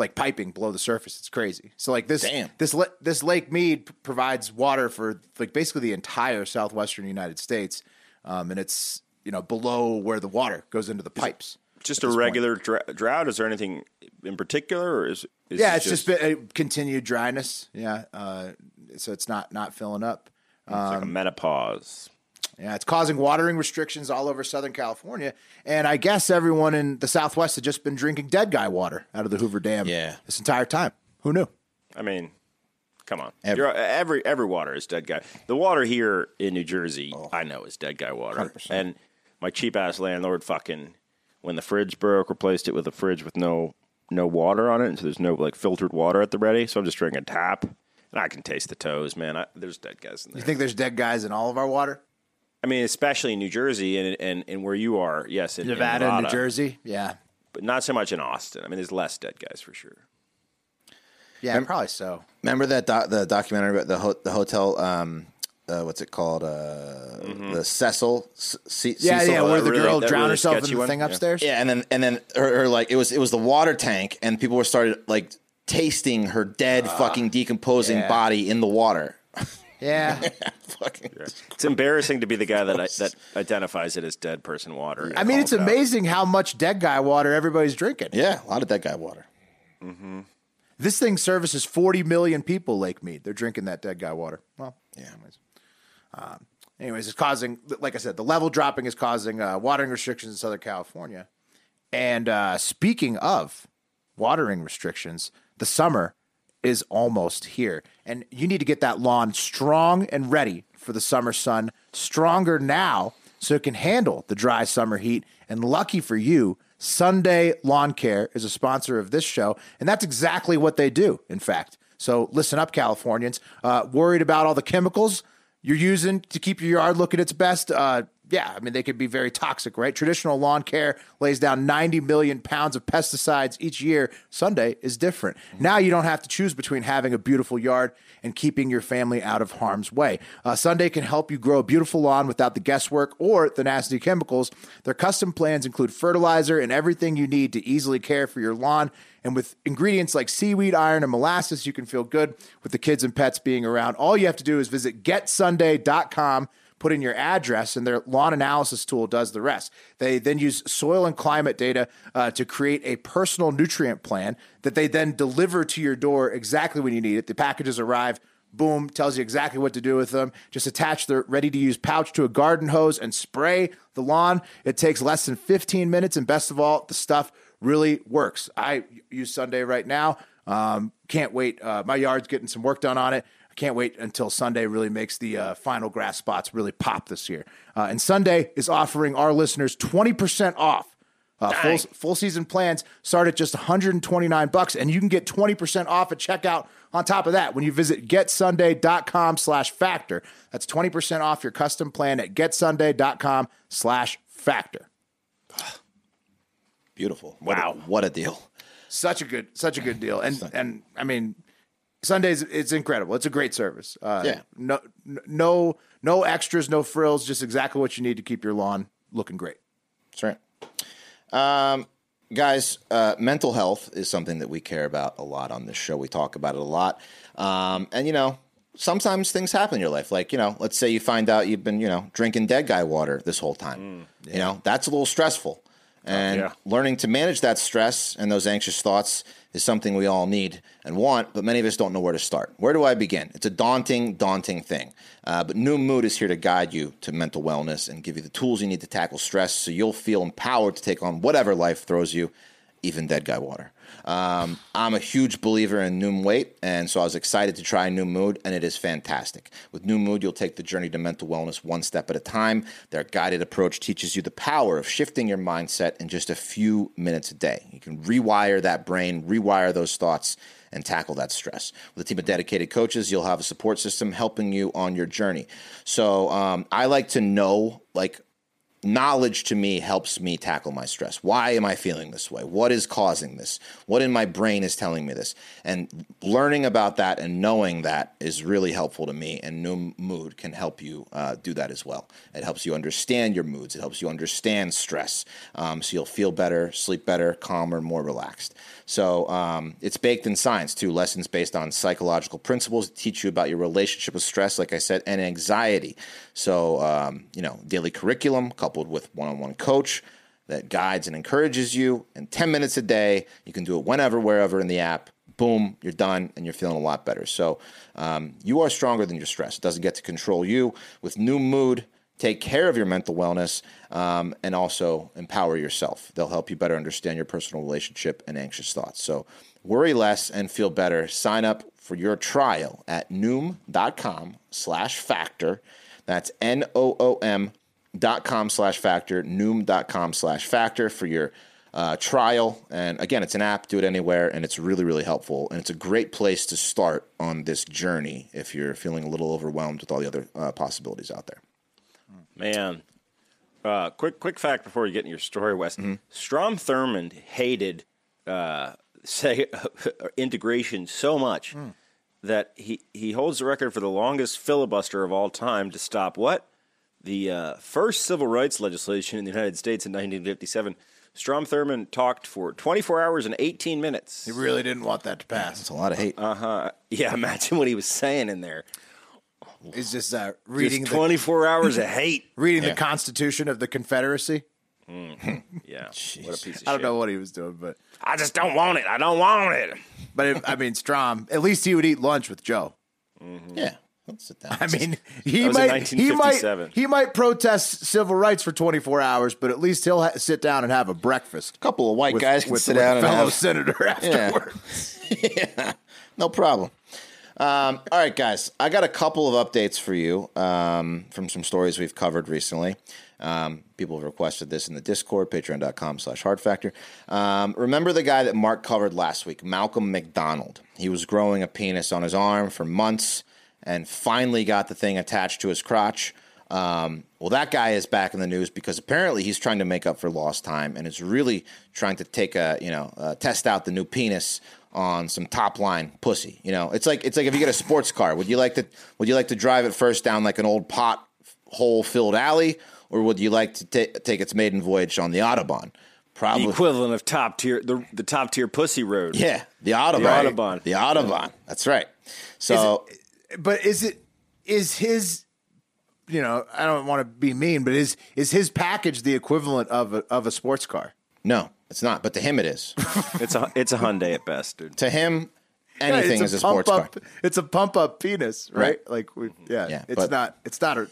A: like piping below the surface. It's crazy. So like this
C: Damn.
A: this la- this Lake Mead p- provides water for like basically the entire southwestern United States, um, and it's you know below where the water goes into the pipes.
B: Just a regular dr- drought. Is there anything in particular, or is, is
A: yeah,
B: it
A: it's just, been a continued dryness. Yeah, uh, so it's not not filling up.
B: it's
A: um,
B: like a menopause?
A: Yeah, it's causing watering restrictions all over Southern California, and I guess everyone in the Southwest had just been drinking dead guy water out of the Hoover Dam.
C: Yeah.
A: this entire time. Who knew?
B: I mean, come on. Every,
C: Every-
B: You're, every every water is dead guy. The water here in New Jersey,
A: Oh.
B: I know, is dead guy water. And my cheap ass landlord, fucking, when the fridge broke, replaced it with a fridge with no no water on it, and so there's no like filtered water at the ready. So I'm just drinking tap, and I can taste the toes, man. I, there's dead guys in there.
A: You think there's dead guys in all of our water?
B: I mean, especially in New Jersey and and, and where you are, yes, in in
A: Nevada, and New
B: Nevada,
A: Jersey. Yeah,
B: but not so much in Austin. I mean, there's less dead guys for sure.
A: yeah, probably so.
C: Remember that doc- the documentary about the ho- the hotel. Um, uh, what's it called? Uh, The Cecil. C- C-
A: Mm-hmm. Yeah,
C: Cecil?
A: yeah, where the
B: really-
A: girl
B: that
A: drowned
B: really
A: herself in
B: sketchy
A: the
B: one?
A: thing
B: Yeah.
A: upstairs.
C: Yeah, and then and then her, her like it was it was the water tank, and people were started like tasting her dead fucking decomposing
A: Ah, yeah.
C: body in the water.
A: Yeah.
C: fucking
B: It's embarrassing to be the guy that that identifies it as dead person water.
A: I mean, it's
B: Calls out.
A: amazing how much dead guy water everybody's drinking.
C: yeah, a lot of dead guy water.
A: This thing services 40 million people, Lake Mead. They're drinking that dead guy water. Well, Um,
C: Yeah,
A: anyways, it's causing, like I said, the level dropping is causing uh, watering restrictions in Southern California. And uh, speaking of watering restrictions, the summer is almost here. And you need to get that lawn strong and ready for the summer sun, stronger now so it can handle the dry summer heat. And lucky for you, Sunday Lawn Care is a sponsor of this show. And that's exactly what they do, in fact. So listen up, Californians. Uh, worried about all the chemicals? you're using to keep your yard look at its best. Uh, yeah, I mean, they could be very toxic, right? Traditional lawn care lays down 90 million pounds of pesticides each year. Sunday is different. Now you don't have to choose between having a beautiful yard and keeping your family out of harm's way. Uh, Sunday can help you grow a beautiful lawn without the guesswork or the nasty chemicals. Their custom plans include fertilizer and everything you need to easily care for your lawn. And with ingredients like seaweed, iron, and molasses, you can feel good with the kids and pets being around. All you have to do is visit getsunday.com, put in your address, and their lawn analysis tool does the rest. They then use soil and climate data uh, to create a personal nutrient plan that they then deliver to your door exactly when you need it. The packages arrive. Boom, tells you exactly what to do with them. Just attach their ready to use pouch to a garden hose and spray the lawn. It takes less than 15 minutes. And best of all, the stuff really works. I use Sunday right now. Um, can't wait. Uh, my yard's getting some work done on it. I can't wait until Sunday really makes the uh, final grass spots really pop this year. Uh, and Sunday is offering our listeners 20% off. Uh, full, full season plans start at just 129 bucks, and you can get 20% off at checkout on top of that when you visit getsunday.com slash factor. That's 20% off your custom plan at getsunday.com slash factor.
C: beautiful. What a-
B: Wow.
C: what a deal.
A: such a good such a good deal and and i mean sundays it's incredible it's a great service uh
C: Yeah.
A: no no no extras no frills just exactly what you need to keep your lawn looking great
C: That's right. Um, guys, uh, mental health is something that we care about a lot on this show. We talk about it a lot. Um, and, you know, sometimes things happen in your life. Like, you know, let's say you find out you've been, you know, drinking dead guy water this whole time. You know, that's a little stressful. And
B: yeah.
C: learning to manage that stress and those anxious thoughts is something we all need and want, but many of us don't know where to start. Where do I begin? It's a daunting, daunting thing. Uh, but New Mood is here to guide you to mental wellness and give you the tools you need to tackle stress so you'll feel empowered to take on whatever life throws you, even dead guy water. Um, I'm a huge believer in New Weight, and so I was excited to try New Mood, and it is fantastic. With New Mood, you'll take the journey to mental wellness one step at a time. Their guided approach teaches you the power of shifting your mindset in just a few minutes a day. You can rewire that brain, rewire those thoughts, and tackle that stress. With a team of dedicated coaches, you'll have a support system helping you on your journey. So um, I like to know, like, knowledge to me helps me tackle my stress. Why am I feeling this way? What is causing this? What in my brain is telling me this? And learning about that and knowing that is really helpful to me. And New Mood can help you uh, do that as well. It helps you understand your moods, it helps you understand stress. Um, so you'll feel better, sleep better, calmer, more relaxed. So um, it's baked in science too. Lessons based on psychological principles that teach you about your relationship with stress, like I said, and anxiety. So um, you know, daily curriculum coupled with one-on-one coach that guides and encourages you. And ten minutes a day, you can do it whenever, wherever in the app. Boom, you're done, and you're feeling a lot better. So um, you are stronger than your stress. It doesn't get to control you. With new mood take care of your mental wellness um, and also empower yourself. They'll help you better understand your personal relationship and anxious thoughts. So worry less and feel better. Sign up for your trial at noom.com slash factor. That's N-O-O-M dot com slash factor, noom.com slash factor for your uh, trial. And again, it's an app, do it anywhere, and it's really, really helpful. And it's a great place to start on this journey if you're feeling a little overwhelmed with all the other uh, possibilities out there.
B: Man. Uh, quick, quick fact before you get in your story, Wes.
A: Mm-hmm.
B: Strom Thurmond hated uh, say integration so much
A: Mm.
B: that he he holds the record for the longest filibuster of all time to stop what the uh, first civil rights legislation in the United States in 1957. Strom Thurmond talked for 24 hours and 18 minutes.
A: He really didn't want that to pass.
C: It's a lot of hate.
B: Yeah, imagine what he was saying in there.
A: It's just uh,
B: Just
A: reading the,
B: 24 hours of hate.
A: reading the Constitution of the Confederacy.
B: Yeah, what a piece of
A: I don't
B: shit.
A: know what he was doing, but
B: I just don't want it. I don't want it.
A: but it, I mean, Strom. At least he would eat lunch with Joe.
C: Yeah, let's sit down.
A: I mean, he
B: was in
A: might he might
B: 1957.
A: he might protest civil rights for 24 hours, but at least he'll ha- sit down and have a breakfast
C: a couple of white guys can
A: with,
C: sit
A: with
C: down
A: a
C: and
A: fellow
C: have
A: senator afterward.
C: no problem. Um, all right, guys, I got a couple of updates for you um, from some stories we've covered recently. Um, people have requested this in the Discord, patreon.com slash hard factor. Um, remember the guy that Mark covered last week, Malcolm McDonald. He was growing a penis on his arm for months and finally got the thing attached to his crotch. Um, well, that guy is back in the news because apparently he's trying to make up for lost time and is really trying to take a you know uh, test out the new penis on some top line pussy. You know, it's like it's like if you get a sports car, would you like to would you like to drive it first down like an old pot hole filled alley, or would you like to ta- take its maiden voyage on the autobahn?
B: The
C: Probably,
B: equivalent of top tier, the, the top tier pussy road.
C: yeah, the autobahn,
B: Autobahn.
C: the autobahn. That's right. So
A: But is it is his you know, I don't want to be mean, but is is his package the equivalent of a, of a sports car?
C: no, it's not, but to him it is.
B: It's a it's a Hyundai at best, dude.
C: to him, anything
A: Yeah,
C: is a sports car.
A: up, It's a pump up penis, right?
C: Right.
A: Like we, yeah,
C: Yeah,
A: it's
C: but-
A: not it's not a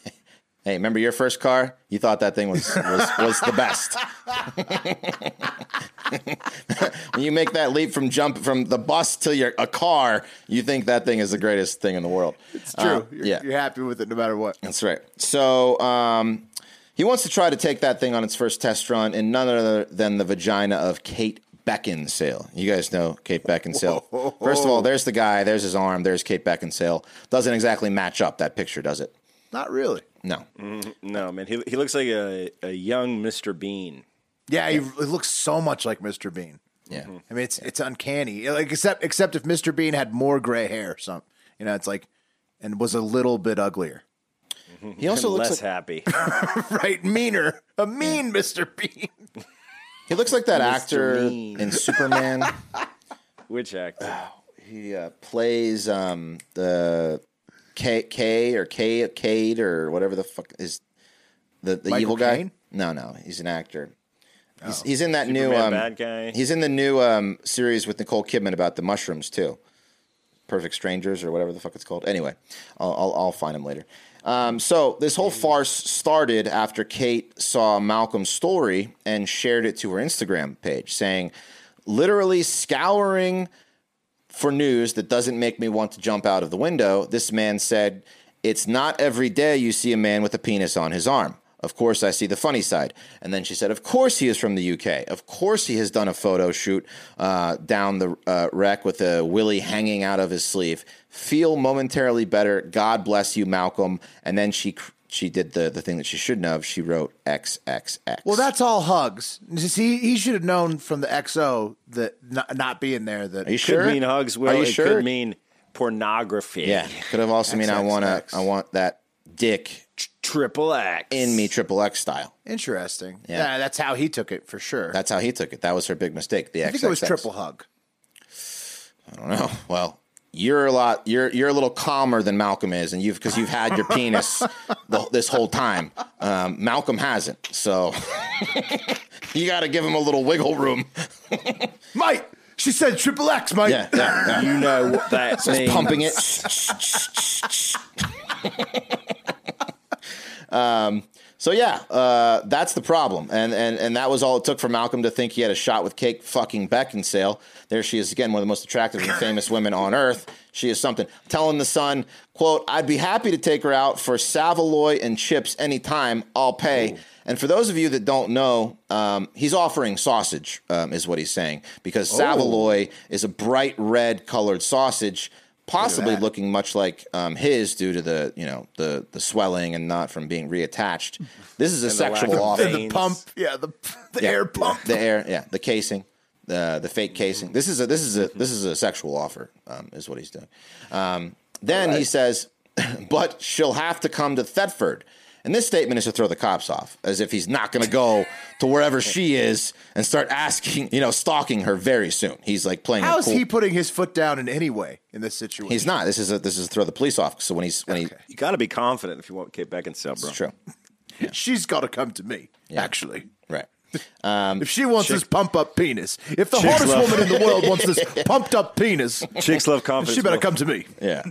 C: Hey, remember your first car? You thought that thing was was, was the best. when you make that leap from jump from the bus to your a car, you think that thing is the greatest thing in the world.
A: it's true.
C: Uh,
A: you're, you're happy with it no matter what.
C: that's right. So um, he wants to try to take that thing on its first test run in none other than the vagina of Kate Beckinsale. You guys know Kate Beckinsale. First of all, there's the guy, there's his arm, there's Kate Beckinsale. Doesn't exactly match up that picture, does it?
A: Not really.
C: No.
B: Mm-hmm. No, man, he he looks like a, a young Mr. Bean.
A: Yeah, he it looks so much like Mr. Bean.
C: Yeah.
A: I mean, it's it's uncanny. Like except except if Mr. Bean had more gray hair, or something you know, it's like, and was a little bit uglier,
C: He also
B: Less
C: looks like
B: happy.
A: right? Meaner, a mean Mr. Bean.
C: He looks like that actor
B: Mean.
C: in Superman.
B: Which actor?
C: he uh, plays um, the K K or K Cade or whatever the fuck is the the
A: Michael
C: evil guy.
A: Caine?
C: No, no, he's an actor. He's, he's in that new
B: Oh. Superman
C: um,
B: bad guy?
C: He's in the new um, series with Nicole Kidman about the mushrooms too. Perfect Strangers or whatever the fuck it's called. Anyway, I'll, I'll, I'll find him later. Um, so this whole farce started after Kate saw Malcolm's story and shared it to her Instagram page, saying, literally scouring for news that doesn't make me want to jump out of the window, this man said, It's not every day you see a man with a penis on his arm. Of course, I see the funny side. And then she said, Of course, he is from the UK. Of course, he has done a photo shoot uh, down the uh, wreck with a willy hanging out of his sleeve. Feel momentarily better. God bless you, Malcolm. And then she. cr- She did the, the thing that she should know. She wrote XXX.
A: Well, that's all hugs. He he should have known from the XO that not, not being there that
C: Are you
B: Could
C: sure?
B: mean hugs. Will
C: Are you
B: it
C: sure?
B: could mean pornography.
C: yeah. Could have also mean I want to.
A: XXX.
C: I want that dick
B: Triple X
C: in me, triple X style.
A: interesting.
C: Yeah.
A: Yeah. that's how he took it for sure.
C: That's how he took it. That was her big mistake. The
A: I think it was
C: XXX.
A: triple hug.
C: I don't know. Well, you're a lot. You're you're a little calmer than Malcolm is, and you've because you've had your penis the, this whole time. Um, Malcolm hasn't, so you got to give him a little wiggle room.
A: Mike, she said triple X, Mike.
C: Yeah, yeah, yeah.
B: You know what that means.
C: pumping it. um, so yeah, uh, that's the problem, and and and that was all it took for Malcolm to think he had a shot with Kate fucking Beckinsale. There she is again, one of the most attractive and famous women on earth. She is something. Telling the Sun, "quote I'd be happy to take her out for Savaloy and chips anytime. I'll pay." And for those of you that don't know, um, he's offering sausage, um, is what he's saying, because Savaloy is a bright red colored sausage possibly looking much like um, his due to the you know the the swelling and not from being reattached. This is a sexual
B: lack of
C: offer.
B: veins.
A: The pump. Yeah, the, the
C: Yeah,
A: air pump.
C: the air, yeah, the casing, the the fake casing. This is a this is a this is a sexual offer, um, is what he's doing. Um, then he says, "But she'll have to come to Thetford." And this statement is to throw the cops off, as if he's not going to go to wherever she is and start asking, you know, stalking her very soon. He's like playing. a
A: How is
C: cool-
A: he putting his foot down in any way in this situation?
C: He's not. This is a this is a throw the police off. So when he's when he
B: You got to be confident if you want Kate Beckinsale, bro.
C: It's true.
A: She's got to come to me. Actually,
C: Right.
A: if she wants this pump up penis, if the
B: Chicks
A: hottest
B: love-
A: woman in the world wants this pumped up penis,
B: Chicks love confidence.
A: she better
B: motherfucker.
A: come to me.
C: Yeah.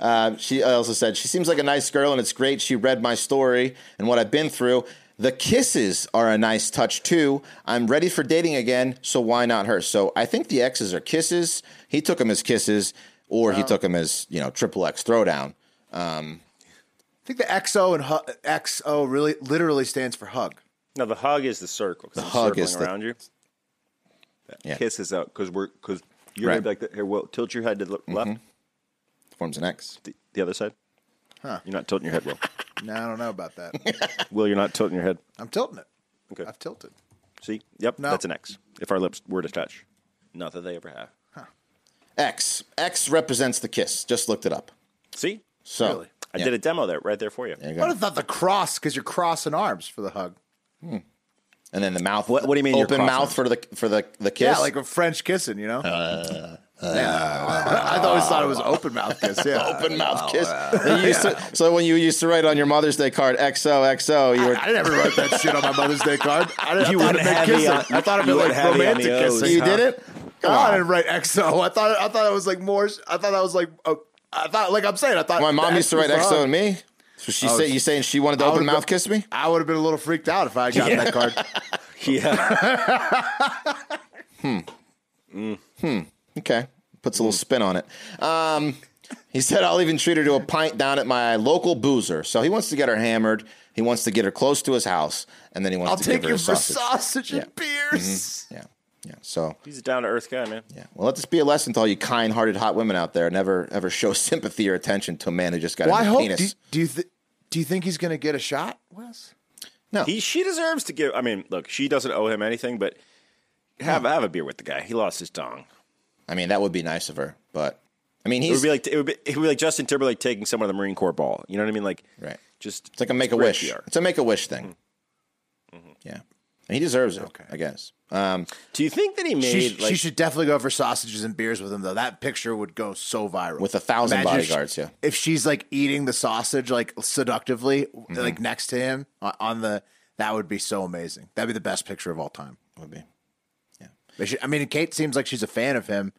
C: Uh, she also said, She seems like a nice girl, and it's great. She read my story and what I've been through. The kisses are a nice touch, too. I'm ready for dating again, so why not her? So I think the X's are kisses. He took them as kisses, or
B: Oh.
C: he took them as, you know, triple X throwdown.
A: I think the XO and hu- XO really literally stands for hug.
B: No, the hug is the circle. The
C: hug
B: circling
C: is the-
B: around you. That
C: Yeah.
B: Kiss is out because we're because you're
C: Right. Mm-hmm.
B: gonna be like here. Well, tilt your head to the left,
C: Forms an X.
B: the, the other side. Huh. You're not tilting your head, Will.
A: No, I don't know about that.
B: Will, you're not tilting your head.
A: I'm tilting it.
B: Okay.
A: I've tilted.
B: See? Yep.
A: No.
B: That's an X. If our lips were to touch, not that they ever have.
C: X. X represents the kiss. Just looked it up.
B: See?
C: So
A: Really?
B: I
C: yeah.
B: did a demo there, right there for you.
A: I would have thought the cross because you're crossing arms for the hug.
C: And then the mouth.
B: What- what do you mean you're
C: Open
B: crossing?
C: mouth for the for the the kiss. Uh,
A: Yeah, like a French kissing, you know? yeah. I always thought it was open mouth kiss. Yeah.
C: open mouth kiss.
A: uh,
C: You used to- so when you used to write on your Mother's Day card XOXO, you were
A: I never wrote that shit on my Mother's Day card. I didn't,
B: You
A: I thought
B: went
A: it meant
B: heavy
A: kissing.
B: on-
A: I thought it
B: you
A: meant
B: went
A: like
B: heavy on
A: romantic
B: the O's,
A: kissing.
C: you did it.
A: No, I didn't write XO. I thought I thought it was like more. I thought that was like. uh, I thought like I'm saying. I thought
C: My
A: the
C: mom
A: X
C: used to
A: was
C: write
A: for
C: XO
A: hug.
C: and me. So she
A: Oh,
C: say
A: she-
C: you saying she wanted to
A: I
C: open
A: would've
C: mouth
A: been-
C: kiss me?
A: I would have been a little freaked out if I had gotten that card.
B: Yeah.
C: Okay, puts a
A: Mm.
C: little spin on it. Um, he said I'll even treat her to a pint down at my local boozer. So he wants to get her hammered. He wants to get her close to his house, and then he wants
A: I'll
C: to
A: take
C: give her
A: you
C: a
A: for
C: sausage.
A: sausage and beers.
C: yeah, Mm-hmm. yeah. So
B: He's a down to earth guy, man.
C: Yeah. Well, let this be a lesson to all you kind-hearted hot women out there. Never ever show sympathy or attention to a man who just got
A: Well,
C: a
A: I
C: new
A: hope.
C: penis.
A: Do, do you th- do you think he's gonna get a shot, Wes?
B: He she deserves to give I mean, look, she doesn't owe him anything, but have have a beer with the guy. He lost his dong.
C: I mean, that would be nice of her, but I mean,
B: It would
C: he's
B: be like it would be, it would be like Justin Timberlake taking someone to the Marine Corps ball. You know what I mean? Like
C: Right.
B: just
C: it's like a make a wish.
B: spread PR. Mm-hmm.
C: It's a make a wish thing. Yeah. And he deserves it, I guess. Um,
B: Do you think that he made
A: She,
B: like
A: she should definitely go for sausages and beers with him, though. That picture would go so viral
C: With a thousand
A: Imagine if she-
C: bodyguards, yeah.
A: If she's like eating the sausage like seductively,
C: Mm-hmm.
A: like next to him on, on the, that would be so amazing. That'd be the best picture of all time.
C: would be.
A: They should- I mean, Kate seems like she's a fan of him.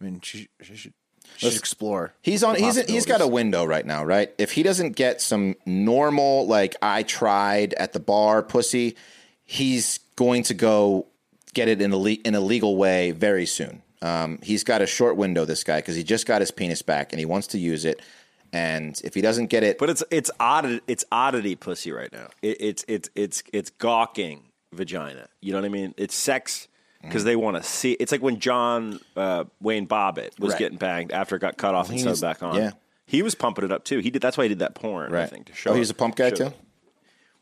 A: I mean, she, she should she should explore.
C: He's on.
A: the
C: He's he's got a
A: possibilities.
C: window right now, right? If he doesn't get some normal, like I tried at the bar, pussy, he's going to go get it in a le- in a legal way very soon. Um, he's got a short window, this guy, because he just got his penis back and he wants to use it. And if he doesn't get it,
B: But it's it's odd it's oddity pussy right now. It, it's it's it's it's gawking vagina. You know what I mean? It's sex because they want to see. It's like when John uh, Wayne Bobbitt was
C: Right.
B: getting banged after it got cut off and
C: He
B: sewed
C: was-
B: back on.
C: yeah.
B: He was pumping it up too. He did. That's why he did that porn. I
C: right?
B: think to show.
C: Oh, he's a
B: it-
C: pump guy
B: show-
C: too.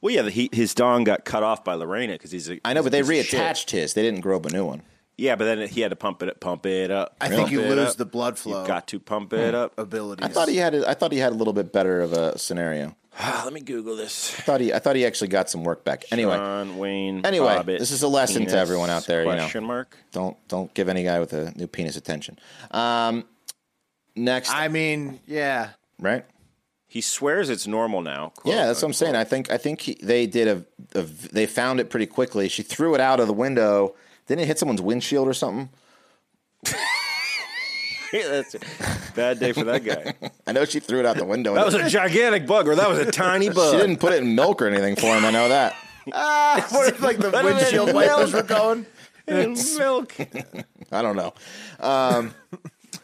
B: Well, yeah. The, he, his dong got cut off by Lorena because he's. A,
C: I know, but they
B: he's a shit.
C: reattached his. They didn't grow up a new one.
B: Yeah, but then he had to pump it. Pump it up.
A: I think
B: pump
A: you
B: it
A: lose
B: up.
A: the blood flow
B: You got to pump it up.
A: abilities.
C: I thought he had. A, I thought he had a little bit better of a scenario.
B: Ah, Let me Google this.
C: I thought he. I thought he actually got some work back. Anyway,
B: John Wayne.
C: Anyway,
B: Bobbitt,
C: this is a lesson to
B: penis,
C: everyone out there, you know.
B: Question mark.
C: don't don't give any guy with a new penis attention. Um, next,
A: I mean, yeah.
C: right?
B: He swears it's normal now. quote.
C: Yeah, that's what I'm saying. I think I think he, they did a, a they found it pretty quickly. She threw it out of the window. Didn't it hit someone's windshield or something?
B: That's a bad day for that guy.
C: I know she threw it out the window.
B: That was a gigantic bug, or that was a tiny
C: she
B: bug.
C: didn't put it in milk or anything for him. I know that.
A: What if like the
B: Better than
A: windshield wipers were going?
B: And milk.
C: I don't know. Um,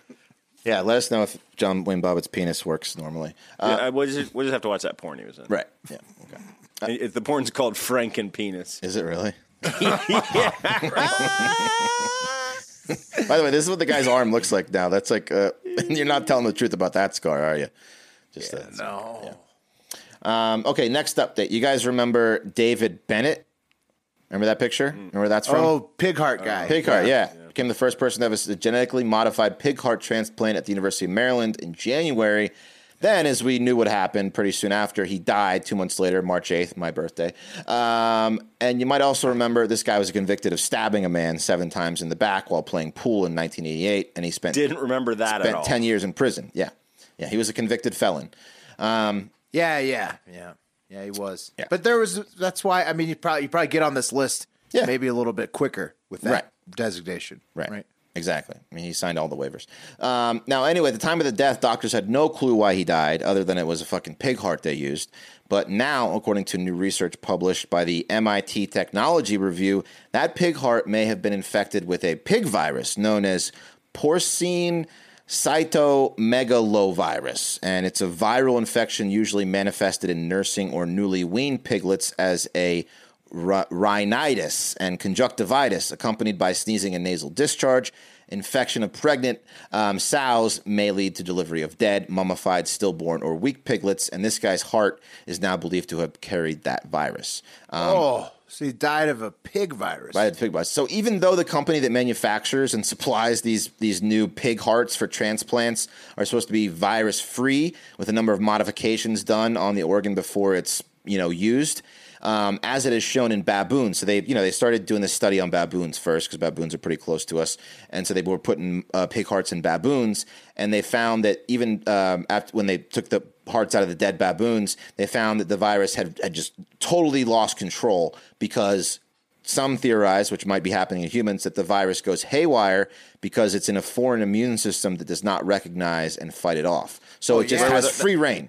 C: yeah, let us know if John Wayne Bobbitt's penis works normally. Uh,
B: Yeah, I- we'll, just, we'll just have to watch that porn he was in.
C: right? Yeah. Okay.
B: It- the porn's called Franken Penis.
C: Is it really? By the way, this is what the guy's arm looks like now. That's like uh, you're not telling the truth about that scar, are you? Just uh,
B: No.
C: um, okay. Next update. You guys remember David Bennett? Remember that picture? Remember where that's from?
A: Oh, pig heart guy.
C: Pig heart, yeah. Became the first person to have a s- genetically modified pig heart transplant at the University of Maryland in January. Then, as we knew what happened pretty soon after, he died two months later, March 8th, my birthday. Um, and you might also remember this guy was convicted of stabbing a man seven times in the back while playing pool in 1988, and he spent,
B: Didn't remember that at
C: spent
B: all.
C: 10 years in prison. Yeah. Yeah, he was a convicted felon. Um,
A: Yeah, yeah, yeah, yeah. He was.
C: Yeah.
A: But there was. That's why. I mean, you probably you probably get on this list.
C: Yeah.
A: Maybe a little bit quicker with that designation.
C: Right. Exactly. I mean, he signed all the waivers. Um, now, anyway, at the time of the death, doctors had no clue why he died, other than it was a fucking pig heart they used. But now, according to new research published by the MIT Technology Review, that pig heart may have been infected with a pig virus known as porcine cytomegalovirus, and it's a viral infection usually manifested in nursing or newly weaned piglets as a ri- rhinitis and conjunctivitis, accompanied by sneezing and nasal discharge. Infection of pregnant um, sows may lead to delivery of dead, mummified, stillborn, or weak piglets, and this guy's heart is now believed to have carried that virus.
A: oh, so he died of a pig virus.
C: By the pig bus. So even though the company that manufactures and supplies these these new pig hearts for transplants are supposed to be virus free, with a number of modifications done on the organ before it's you know used, um, as it is shown in baboons. So they you know they started doing this study on baboons first because baboons are pretty close to us, and so they were putting uh, pig hearts in baboons, and they found that even um, after when they took the hearts out of the dead baboons, they found that the virus had, had just totally lost control because some theorize, which might be happening in humans, that the virus goes haywire because it's in a foreign immune system that does not recognize and fight it off. So it just
A: yeah.
C: has
B: Oh, That- that-
C: free reign.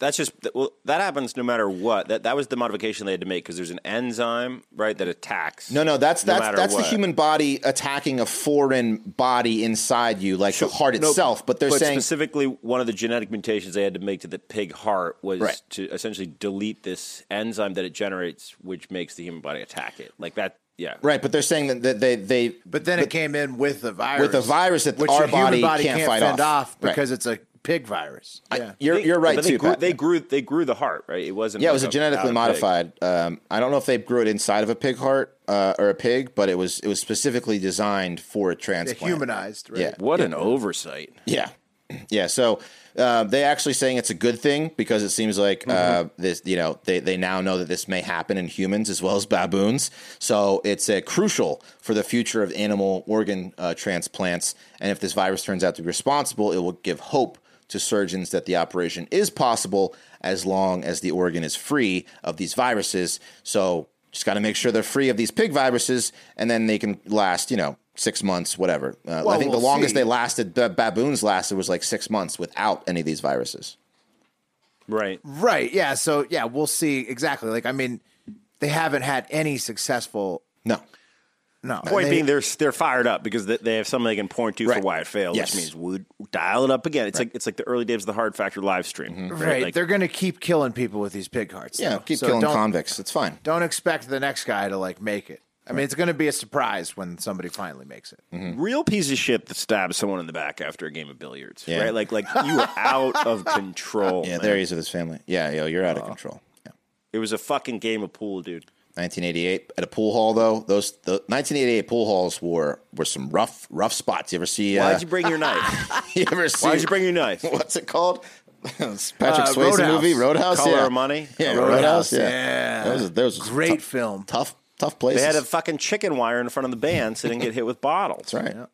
B: That's just that- well. That happens no matter what. That that was the modification they had to make because there's an enzyme right that attacks.
C: No, no, that's that's
B: matter
C: that's the
B: what.
C: human body attacking a foreign body inside you, like the heart
B: No,
C: itself. But they're saying
B: specifically one of the genetic mutations they had to make to the pig heart was
C: Right.
B: to essentially delete this enzyme that it generates, which makes the human body attack it. Like that, yeah.
C: right, but they're saying that, that they they
A: but then it came in with a virus.
C: With a virus that
A: which
C: our
A: the human
C: body
A: body
C: can't fight
A: fend
C: off.
A: off,
C: Right.
A: because it's a pig virus.
C: I-
A: yeah.
C: you're
B: They-
C: you're right
B: but they
C: too.
B: Grew,
C: Pat.
B: they grew they grew the heart, right? It wasn't.
C: Yeah, it
B: like
C: was a
B: a-
C: genetically
B: out of pig.
C: modified. Um, I don't know if they grew it inside of a pig heart uh, or a pig, but it was it was specifically designed for a
A: It
C: transplant.
A: humanized. Right?
C: Yeah.
B: What an oversight!
C: Yeah. Yeah, so uh, they actually saying it's a good thing because it seems like uh,
A: Mm-hmm.
C: this, you know, they, they now know that this may happen in humans as well as baboons. So it's uh, crucial for the future of animal organ uh, transplants. And if this virus turns out to be responsible, it will give hope to surgeons that the operation is possible as long as the organ is free of these viruses. So just got to make sure they're free of these pig viruses, and then they can last, you know, six months, whatever. Uh, I think
A: we'll
C: the longest
A: see.
C: they lasted, the baboons lasted was like six months without any of these viruses.
B: Right.
A: Right. Yeah. So yeah, we'll see exactly. Like I mean, they haven't had any successful.
C: No.
A: No.
B: Point
A: they-
B: being, they're they're fired up because they, they have something they can point to for
C: Right.
B: why it failed,
C: Yes.
B: which means would dial it up again. It's like it's like the early days of the Hard Factor live stream,
C: Mm-hmm.
A: right,
B: Like,
A: they're going to keep killing people with these pig hearts.
C: Yeah,
A: though.
C: keep
A: So
C: killing
A: don't-
C: convicts. It's fine.
A: Don't expect the next guy to like make it. I mean, it's going to be a surprise when somebody finally makes it.
C: Mm-hmm.
B: real piece of shit that stabs someone in the back after a game of billiards,
C: Yeah.
B: right? Like like you were out of control.
C: Yeah,
B: man.
C: there he is with his family. Yeah, yo, you're
B: Oh.
C: out of control. Yeah.
B: It was a fucking game of pool, dude.
C: 1988 at a pool hall though those the 1988 pool halls were were some rough rough spots you ever see uh,
B: Why'd you bring your knife?
C: you ever see
B: Why'd you bring your knife?
C: what's it called? It's
A: Uh,
C: Patrick Swayze
A: Roadhouse.
C: movie, Roadhouse.
B: Color
C: yeah.
B: of Money?
C: Yeah,
A: Roadhouse,
C: Roadhouse. yeah,
A: yeah.
C: That was, that was
A: Great
C: tough-
A: film.
C: Tough, tough places.
B: They had a fucking chicken wire in front of the band so they didn't get hit with bottles.
C: That's right.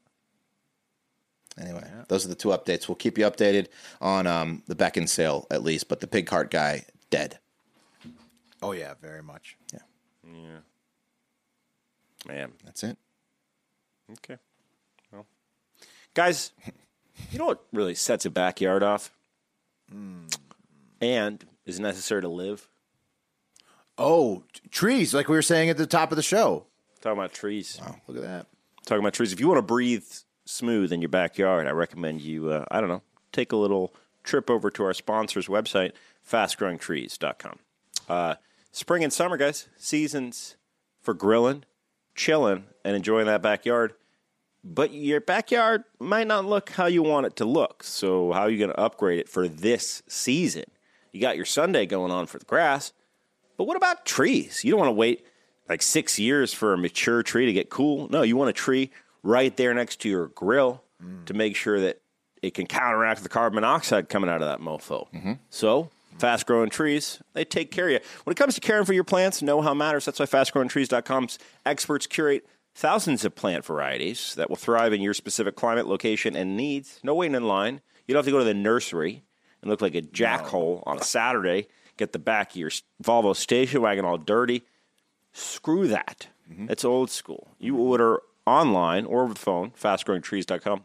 C: Anyway, those are the two updates. We'll keep you updated on um, the Beckon sale at least, but the pig cart guy dead.
A: Oh yeah, very much.
B: Man,
C: That's it.
B: okay. Well, guys, you know what really sets a backyard off,
C: Hmm.
B: and is necessary to live.
A: Oh, t- trees! Like we were saying at the top of the show.
B: Talking about trees.
C: Oh,
A: Look at that.
B: Talking about trees. If you want to breathe smooth in your backyard, I recommend you, uh, I don't know, take a little trip over to our sponsor's website, fastgrowingtrees.com. Uh, spring and summer, guys, seasons for grilling, chilling, and enjoying that backyard. But your backyard might not look how you want it to look. So, how are you going to upgrade it for this season? You got your Sunday going on for the grass. But what about trees? You don't want to wait like six years for a mature tree to get cool. No, you want a tree right there next to your grill to make sure that it can counteract the carbon monoxide coming out of that mofo. So, fast growing trees, they take care of you. When it comes to caring for your plants, know how matters. That's why fastgrowingtrees.com's experts curate thousands of plant varieties that will thrive in your specific climate, location, and needs. No waiting in line. You don't have to go to the nursery and look like a jackhole on a Saturday, get the back of your s- Volvo station wagon all dirty. Screw that. That's old school. You order online or over the phone, fastgrowingtrees.com.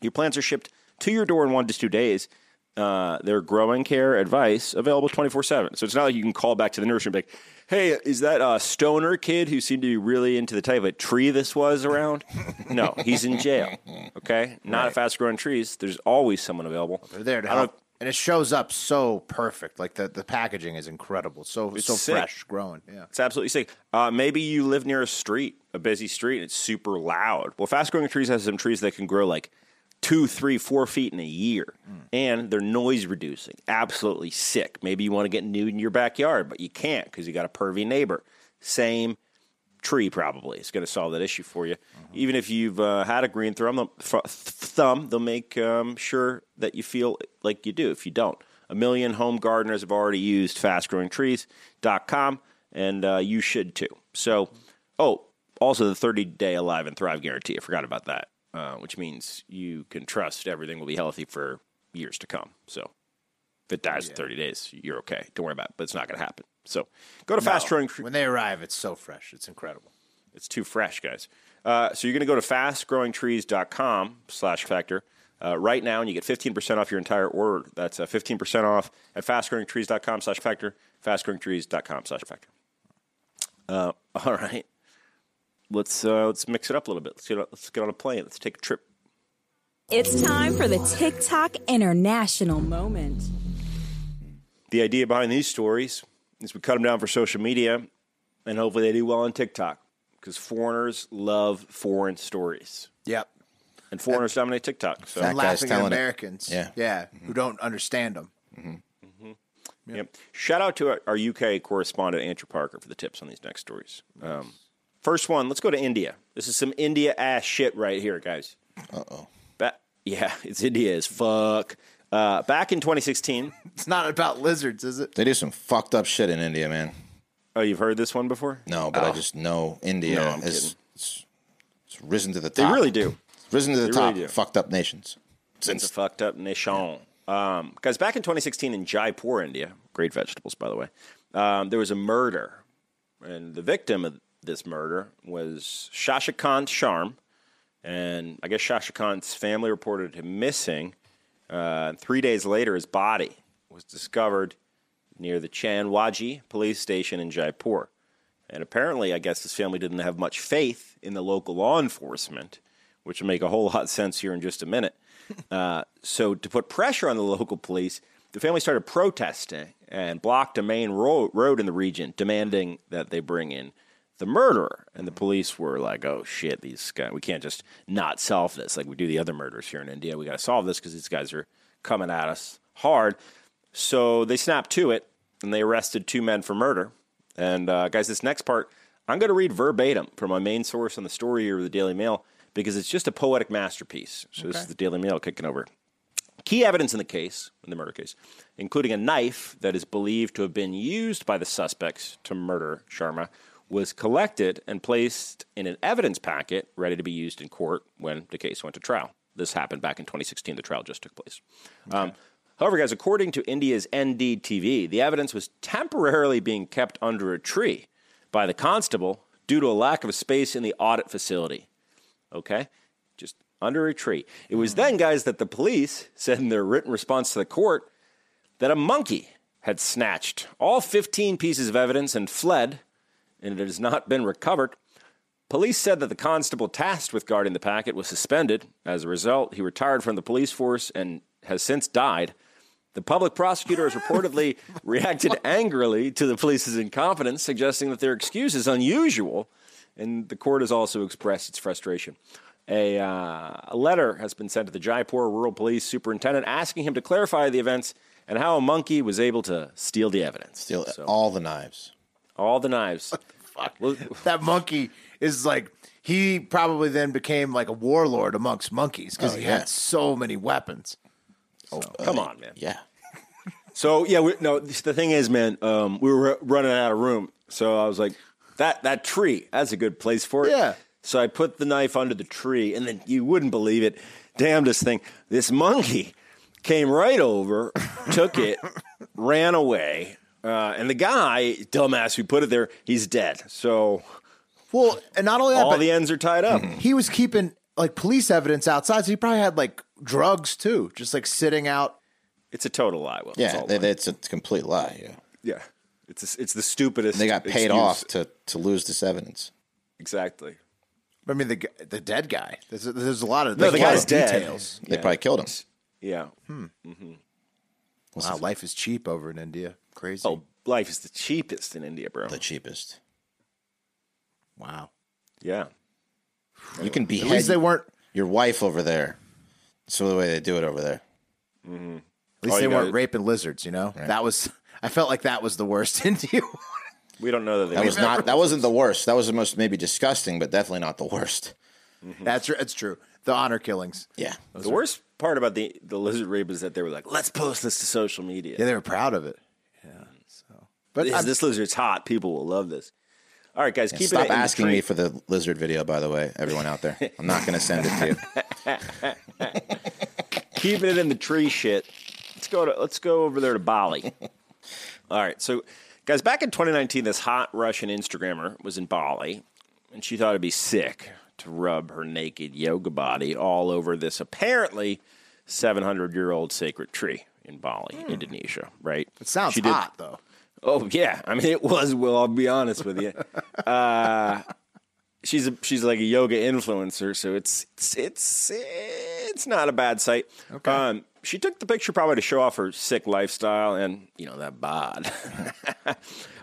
B: Your plants are shipped to your door in one to two days. Uh, their growing care advice available 24 7. So it's not like you can call back to the nursery and be like, hey, is that a stoner kid who seemed to be really into the type of tree this was around? no, he's in jail. Okay? Not at fast growing trees. There's always someone available.
A: They're there to
B: I don't-
A: help, and it shows up so perfect. Like the, the packaging is incredible. So so
B: sick.
A: fresh, growing. Yeah.
B: It's absolutely sick. Uh, maybe you live near a street, a busy street, and it's super loud. Well, fast growing trees has some trees that can grow like two, three, four feet in a year, and they're noise reducing. Absolutely sick. Maybe you want to get nude in your backyard, but you can't because you got a pervy neighbor. Same tree probably is going to solve that issue for you. Even if you've uh, had a green thumb, they'll- f- thumb they'll make um, sure that you feel like you do. If you don't, a million home gardeners have already used FastGrowingTrees.com, and uh, you should too. So, oh, also the 30 day Alive and Thrive guarantee. I forgot about that, uh, which means you can trust everything will be healthy for years to come. So. If it dies in 30 days, you're okay. Don't worry about it, but it's not going to happen. So go to fast growing
A: Oh, When they arrive, it's so fresh. It's incredible.
B: it's too fresh, guys. Uh, so you're going to go to fastgrowingtrees.com slash factor uh, right now, and you get 15% off your entire order. That's uh, 15% off at fastgrowingtrees.com slash factor, fastgrowingtrees.com slash factor. Uh, all right. Let's, uh, let's mix it up a little bit. Let's get, on- let's get on a plane. Let's take a trip.
H: It's time for the TikTok International Moment.
B: The idea behind these stories is we cut them down for social media, and hopefully they do well on TikTok because foreigners love foreign stories,
A: Yep.
B: and foreigners dominate TikTok. So.
C: That
A: And
C: guy's
A: laughing at
C: telling it.
A: Americans.
C: Yeah. Mm-hmm.
A: Yeah. Who don't understand them.
B: Yep. Shout out to our, our UK correspondent Andrew Parker for the tips on these next stories. Um, first one, let's go to India. This is some India ass shit right here, guys. Uh oh. Ba- Yeah, it's India as fuck. Uh, back in 2016.
A: It's not about lizards, is it?
C: They do some fucked up shit in India, man.
B: Oh, you've heard this one before?
C: No, but I just know India
B: No, I'm
C: has
B: kidding.
C: it's, it's risen to the
B: They
C: top.
B: really do.
C: It's risen to the
B: They really
C: top.
B: do.
C: fucked up nations.
B: It's a fucked up nation. Um, guys, back in 2016 in Jaipur, India, great vegetables, by the way, um, there was a murder. And the victim of this murder was Shashikant Sharm. And I guess Shashikant's family reported him missing. Uh, three days later, his body was discovered near the Chanwaji police station in Jaipur. And apparently, I guess his family didn't have much faith in the local law enforcement, which will make a whole lot of sense here in just a minute. Uh, so, to put pressure on the local police, the family started protesting and blocked a main ro- road in the region, demanding that they bring in the murderer. And the police were like, "Oh shit, these guys, we can't just not solve this like we do the other murders here in India. We got to solve this because these guys are coming at us hard." So they snapped to it and they arrested two men for murder. And uh, guys, this next part I'm going to read verbatim from my main source on the story or the Daily Mail because it's just a poetic masterpiece. So this is the Daily Mail kicking over. Key evidence in the case, in the murder case, including a knife that is believed to have been used by the suspects to murder Sharma, was collected and placed in an evidence packet ready to be used in court when the case went to trial. This happened back in 2016. The trial just took place. Um, however, guys, according to India's NDTV, the evidence was temporarily being kept under a tree by the constable due to a lack of space in the audit facility okay? Just under a tree. It was then, guys, that the police said in their written response to the court that a monkey had snatched all 15 pieces of evidence and fled, and it has not been recovered. Police said that the constable tasked with guarding the packet was suspended. As a result, he retired from the police force and has since died. The public prosecutor has reportedly reacted angrily to the police's incompetence, suggesting that their excuse is unusual, and the court has also expressed its frustration. A, uh, a letter has been sent to the Jaipur Rural Police Superintendent asking him to clarify the events and how a monkey was able to steal the evidence.
C: Steal
B: So, all-,
C: all the knives.
B: the knives. Well,
A: That monkey is like he probably then became like a warlord amongst monkeys because
C: Oh,
A: he
C: yeah.
A: had so many weapons.
B: come on, man.
C: Yeah.
B: So yeah, we, no. The thing is, man, um, we were running out of room, so I was like, "That that tree, that's a good place for it."
A: Yeah.
B: So I put the knife under the tree, and then you wouldn't believe it. Damnedest thing, this monkey came right over, took it, ran away, uh, and the guy, dumbass, who put it there, he's dead. So
A: Well, and not only that,
B: all
A: but
B: the ends are tied up.
C: Mm-hmm.
A: he was keeping like police evidence outside, so he probably had like drugs too, just like sitting out.
B: It's a total lie. Will. It's
C: Yeah.
B: all
C: They,
B: lying.
C: they- it's a complete lie. Yeah.
B: yeah. It's a, it's the stupidest.
C: They got paid
B: excuse.
C: off to, to lose this evidence.
B: exactly.
A: I mean, the g- the dead guy. There's, there's a lot of
B: No,
A: there's
B: the
A: a lot
B: guy's
A: of
B: dead.
A: details.
C: They probably killed him.
B: Yeah.
C: Hmm.
A: Wow, life is cheap over in India. Crazy.
B: Oh, life is the cheapest in India, bro.
C: The cheapest.
A: wow.
B: yeah.
C: You can
A: At
C: behead
A: least they weren't.
C: your wife over there. That's the way they do it over there.
A: At least
B: Oh,
A: they
B: you
A: weren't
B: gotta-
A: raping lizards. You know, that was. I felt like that was the worst India. war.
B: We don't know that they
C: That was not. That wasn't the worst. That was the most maybe disgusting, but definitely not the worst.
A: that's r- that's true. The honor killings.
C: Yeah.
B: the worst part about the, the lizard rape is that they were like, let's post this to social media.
A: Yeah, they were proud of it. Yeah. So,
B: this,
A: but
B: this lizard's hot. People will love this. All right, guys, keep it
C: Stop
B: in the
C: asking
B: tree.
C: me for the lizard video, by the way, everyone out there. I'm not going to send it to you.
B: keeping it in the tree shit. Let's go to let's go over there to Bali. All right, so guys, back in 2019, this hot Russian Instagrammer was in Bali, and she thought it'd be sick to rub her naked yoga body all over this apparently 700 year old sacred tree in Bali, Indonesia. Right?
A: it sounds
B: She did-
A: hot though.
B: Oh yeah, I mean it was. Will I'll be honest with you. Uh, she's a, she's like a yoga influencer, so it's it's it's, it's not a bad sight. Okay. Um, she took the picture probably to show off her sick lifestyle and you know that bod.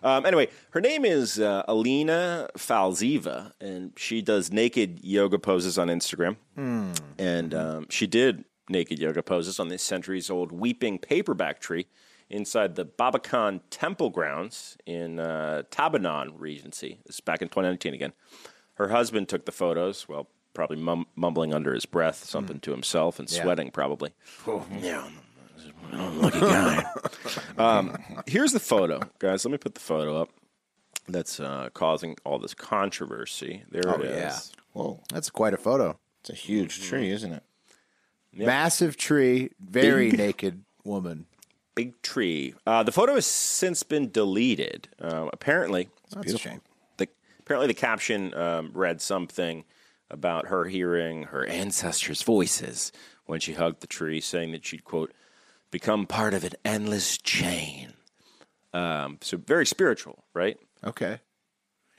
B: um, anyway, her name is uh, Alina Falziva, and she does naked yoga poses on Instagram and um, she did naked yoga poses on this centuries old weeping paperback tree inside the Babakan temple grounds in uh, Tabanan Regency. This is back in 2019 again. Her husband took the photos, well, probably mum- mumbling under his breath something to himself and sweating probably. Yeah, I'm a lucky guy. um, here's the photo, guys. Let me put the photo up. That's uh, causing all this controversy. There
A: Oh,
B: it is.
C: Whoa,
A: That's quite a photo.
C: it's a huge tree, isn't it?
A: Massive tree, very naked woman.
B: Big tree. Uh, the photo has since been deleted. Uh, apparently,
A: That's a shame.
B: the apparently the caption um, read something about her hearing her ancestors' voices when she hugged the tree, saying that she'd quote become part of an endless chain. Um, so very spiritual, right?
A: Okay.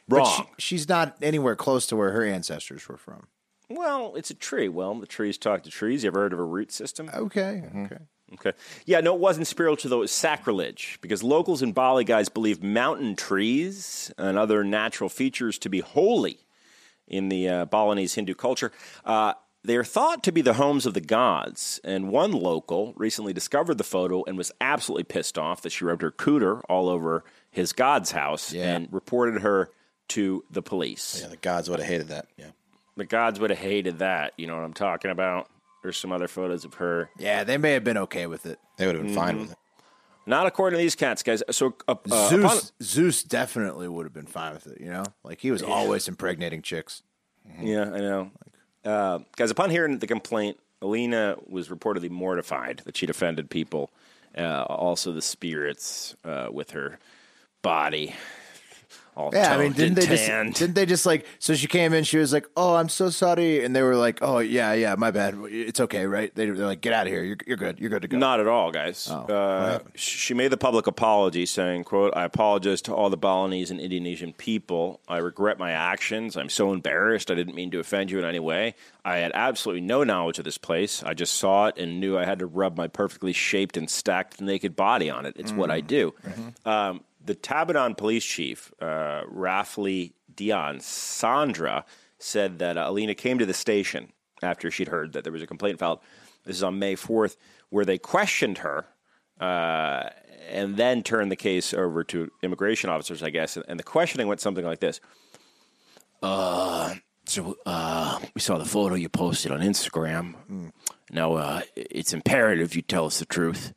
A: But
B: Wrong.
A: she- she's not anywhere close to where her ancestors were from.
B: well, it's a tree. Well, the trees talk to trees. You ever heard of a root system?
A: Okay.
B: Mm-hmm.
A: Okay.
B: Okay. Yeah, no, it wasn't spiritual, though. It was sacrilege because locals in Bali guys believe mountain trees and other natural features to be holy in the uh, Balinese Hindu culture. Uh, they are thought to be the homes of the gods. And one local recently discovered the photo and was absolutely pissed off that she rubbed her cooter all over his god's house
C: Yeah.
B: and reported her to the police.
C: Yeah, the gods would have hated that. Yeah.
B: The gods would have hated that. You know what I'm talking about? There's some other photos of her.
A: Yeah, they may have been okay with it.
C: They would have been fine with it.
B: Not according to these cats, guys. So, uh, uh,
A: Zeus,
B: upon-
A: Zeus definitely would have been fine with it. You know, like he was always impregnating chicks.
B: Yeah, I know. Uh, guys, upon hearing the complaint, Alina was reportedly mortified that she'd offended people, uh, also the spirits uh, with her body. All
A: Yeah, I
B: toned
A: mean, didn't
B: and
A: they
B: tanned.
A: just didn't they just like so she came in, she was like, "Oh, I'm so sorry," and they were like, "Oh, yeah, yeah, my bad, it's okay, right?" They, they're like, "Get out of here, you're, you're good, you're good to go."
B: Not at all, guys. uh, she made the public apology, saying, "quote I apologize to all the Balinese and Indonesian people. I regret my actions. I'm so embarrassed. I didn't mean to offend you in any way. I had absolutely no knowledge of this place. I just saw it and knew I had to rub my perfectly shaped and stacked naked body on it. It's what I do." Um, the Tabadon police chief, uh, Rafli Dion Sandra, said that uh, Alina came to the station after she'd heard that there was a complaint filed. This is on May 4th, where they questioned her uh, and then turned the case over to immigration officers, I guess. And the questioning went something like this so uh, we saw the photo you posted on Instagram. Now uh, it's imperative you tell us the truth,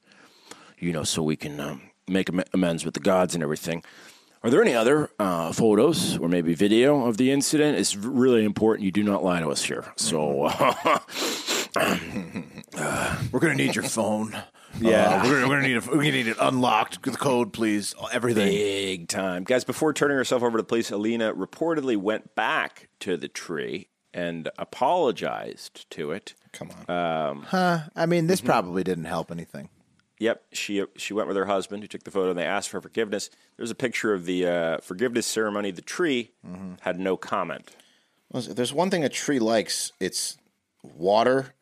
B: you know, so we can um, make am- amends with the gods and everything. Are there any other uh, photos or maybe video of the incident? It's really important you do not lie to us here. So, uh,
A: We're gonna need your phone. Yeah, we're, gonna, we're gonna need a, we're gonna need it unlocked. The code, please. Everything.
B: Big time. Guys, before turning herself over to the police, Alina reportedly went back to the tree and apologized to it.
C: Come on.
A: Uh, I mean, this probably didn't help anything.
B: Yep, she she went with her husband who took the photo and they asked for forgiveness. There's a picture of the uh, forgiveness ceremony. The tree had no comment.
C: Well, If there's one thing a tree likes, it's water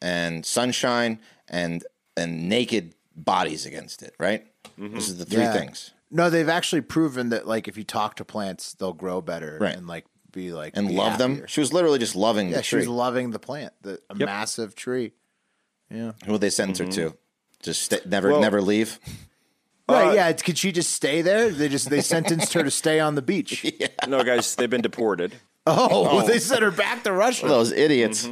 C: and sunshine and and naked bodies against it, right? This is the three
A: Yeah.
C: things.
A: No, they've actually proven that like if you talk to plants, they'll grow better
C: Right.
A: and like be like
C: And
A: be
C: love them.
A: happier.
C: She was literally just loving
A: Yeah,
C: the
A: she
C: tree.
A: was loving the plant, the a massive tree.
C: Who would they sentence her to? Just sta never
B: Well-
C: never leave.
A: right? Yeah, it's, could she just stay there? They just they sentenced her to stay on the beach.
B: No, guys, they've been deported.
A: Oh, they sent her back to Russia.
C: Those idiots.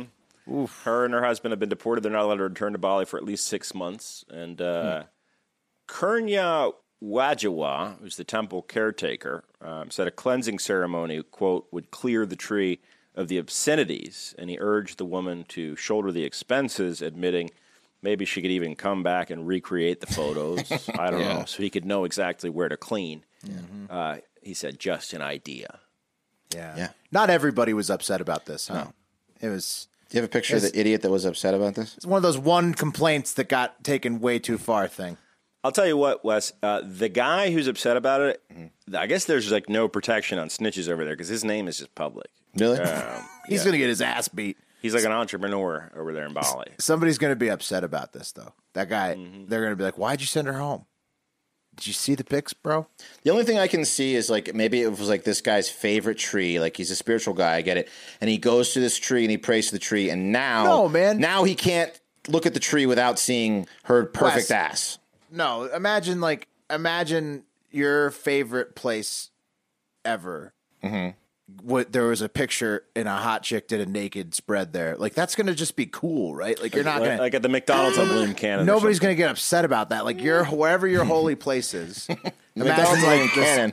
B: Her and her husband have been deported. They're not allowed to return to Bali for at least six months. And uh, Kurnya Wajawa, who's the temple caretaker, um, said a cleansing ceremony, quote, would clear the tree of the obscenities. And he urged the woman to shoulder the expenses, admitting maybe she could even come back and recreate the photos. I don't know. So he could know exactly where to clean. Uh, he said, just an idea.
A: Yeah.
C: Yeah.
A: Not everybody was upset about this, huh? It was
C: Do you have a picture of the idiot that was upset about this?
A: it's one of those one complaints that got taken way too far thing.
B: I'll tell you what, Wes. Uh, the guy who's upset about it, I guess there's like no protection on snitches over there because his name is just public.
C: Really?
A: He's gonna get his ass beat.
B: He's like an entrepreneur over there in Bali.
A: Somebody's gonna be upset about this though. That guy, they're gonna be like, "Why'd you send her home? Did you see the pics, bro?"
C: The only thing I can see is like maybe it was like this guy's favorite tree. Like he's a spiritual guy, I get it. And he goes to this tree and he prays to the tree. And now,
A: No, man.
C: now he can't look at the tree without seeing her perfect
A: Wes.
C: ass.
A: No, imagine like imagine your favorite place ever what there was a picture and a hot chick did a naked spread there. Like that's gonna just be cool, right? Like you're not
B: like,
A: gonna
B: like at the McDonald's on Bloom Canada. or
A: nobody's
B: something.
A: gonna get upset about that. Like you're wherever your holy place is.
C: McDonald's
A: Imagine
C: like
A: like this
C: cannon.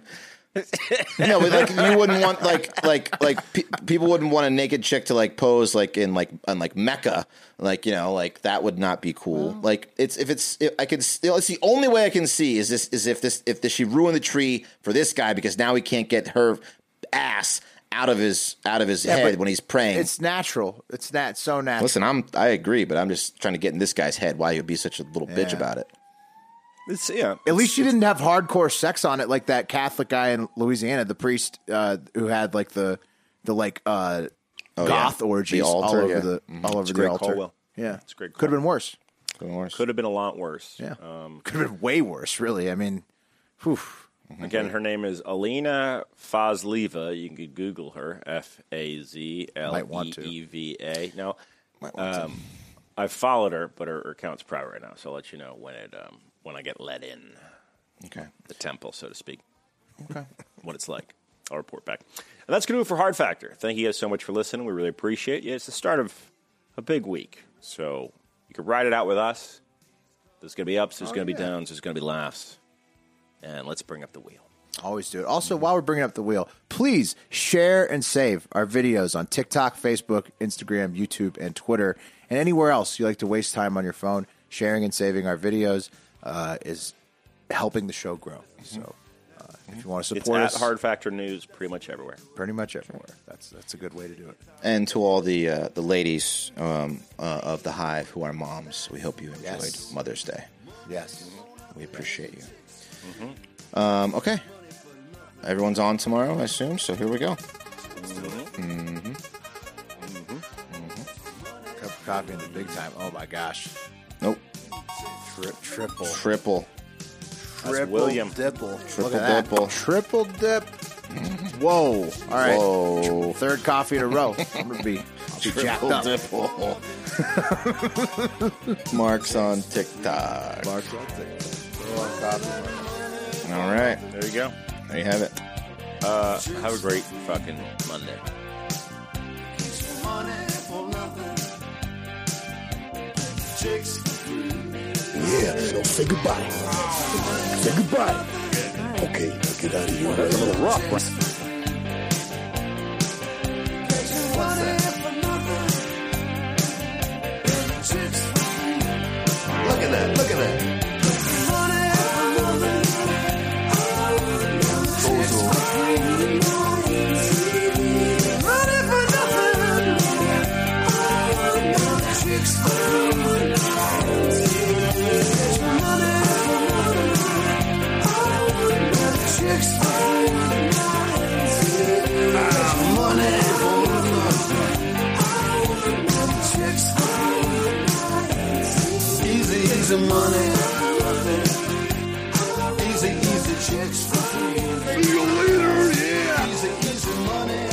C: no, but like you wouldn't want like like like pe- people wouldn't want a naked chick to like pose like in like on like Mecca, like you know like that would not be cool. Like it's if it's if I could still it's the only way I can see is this is if this if this, she ruined the tree for this guy because now he can't get her ass out of his out of his head
A: but
C: when he's praying.
A: It's natural. It's that so natural.
C: Listen, I'm I agree, but I'm just trying to get in this guy's head why he would be such a little bitch about it.
B: It's, yeah.
A: At least she didn't have hardcore sex on it like that Catholic guy in Louisiana, the priest uh, who had like the the like uh, goth
C: Oh, yeah.
A: orgies
C: The altar,
A: all over
C: yeah. Mm-hmm.
A: the all over the
B: Greg
A: altar.
B: Colwell.
A: Yeah,
B: It's Greg
A: Could have been worse.
B: Could have been a lot worse. Um,
A: Yeah,
C: Um,
A: could have been way worse. Really, I mean, whew. Mm-hmm.
B: Again, her name is Alina Fazleva. You could Google her. F A Z L
A: Might want
B: E
A: to.
B: E V A. Now, um, I've followed her, but her, her account's private right now, so I'll let you know when it um, when I get let in
C: Okay.
B: the temple, so to speak. Okay. What it's like. I'll report back. And that's going to do it for Hard Factor. Thank you guys so much for listening. We really appreciate you. It's the start of a big week, so you can ride it out with us. There's going to be ups, there's going to be downs, there's going to be laughs. And let's bring up the wheel.
A: Always do it. Also, while we're bringing up the wheel, please share and save our videos on TikTok, Facebook, Instagram, YouTube, and Twitter, and anywhere else you like to waste time on your phone. Sharing and saving our videos uh, is helping the show grow. So, uh, if you want to
B: It's
A: support us,
B: at Hard Factor News pretty much everywhere.
A: pretty much everywhere. That's that's a good way to do it.
C: and to all the uh, the ladies um, uh, of the hive who are moms, we hope you enjoyed
A: Yes.
C: Mother's Day.
A: Yes.
C: We appreciate you. Um, okay, everyone's on tomorrow, I assume. So here we go.
A: Cup of coffee in the big time. Oh my gosh.
C: Nope,
A: Tri- triple.
C: triple.
A: Triple
B: William.
A: Dipple.
C: Triple
A: Look at that.
C: dipple.
A: Triple dip. Whoa. All right.
C: Whoa.
A: Third coffee in a row. I'm going to be, I'll be Oh, jacked
C: Triple
A: up.
C: dipple. Marks on TikTok.
A: Mark, I'll take it. Little coffee.
C: All right,
B: There you go.
C: there you have it.
B: Uh, have a great fucking Monday.
G: Yeah, so say goodbye. Say goodbye. Okay, now get out of here. That's a little rough,
C: Look at that! Look at that!
G: See you later, yeah.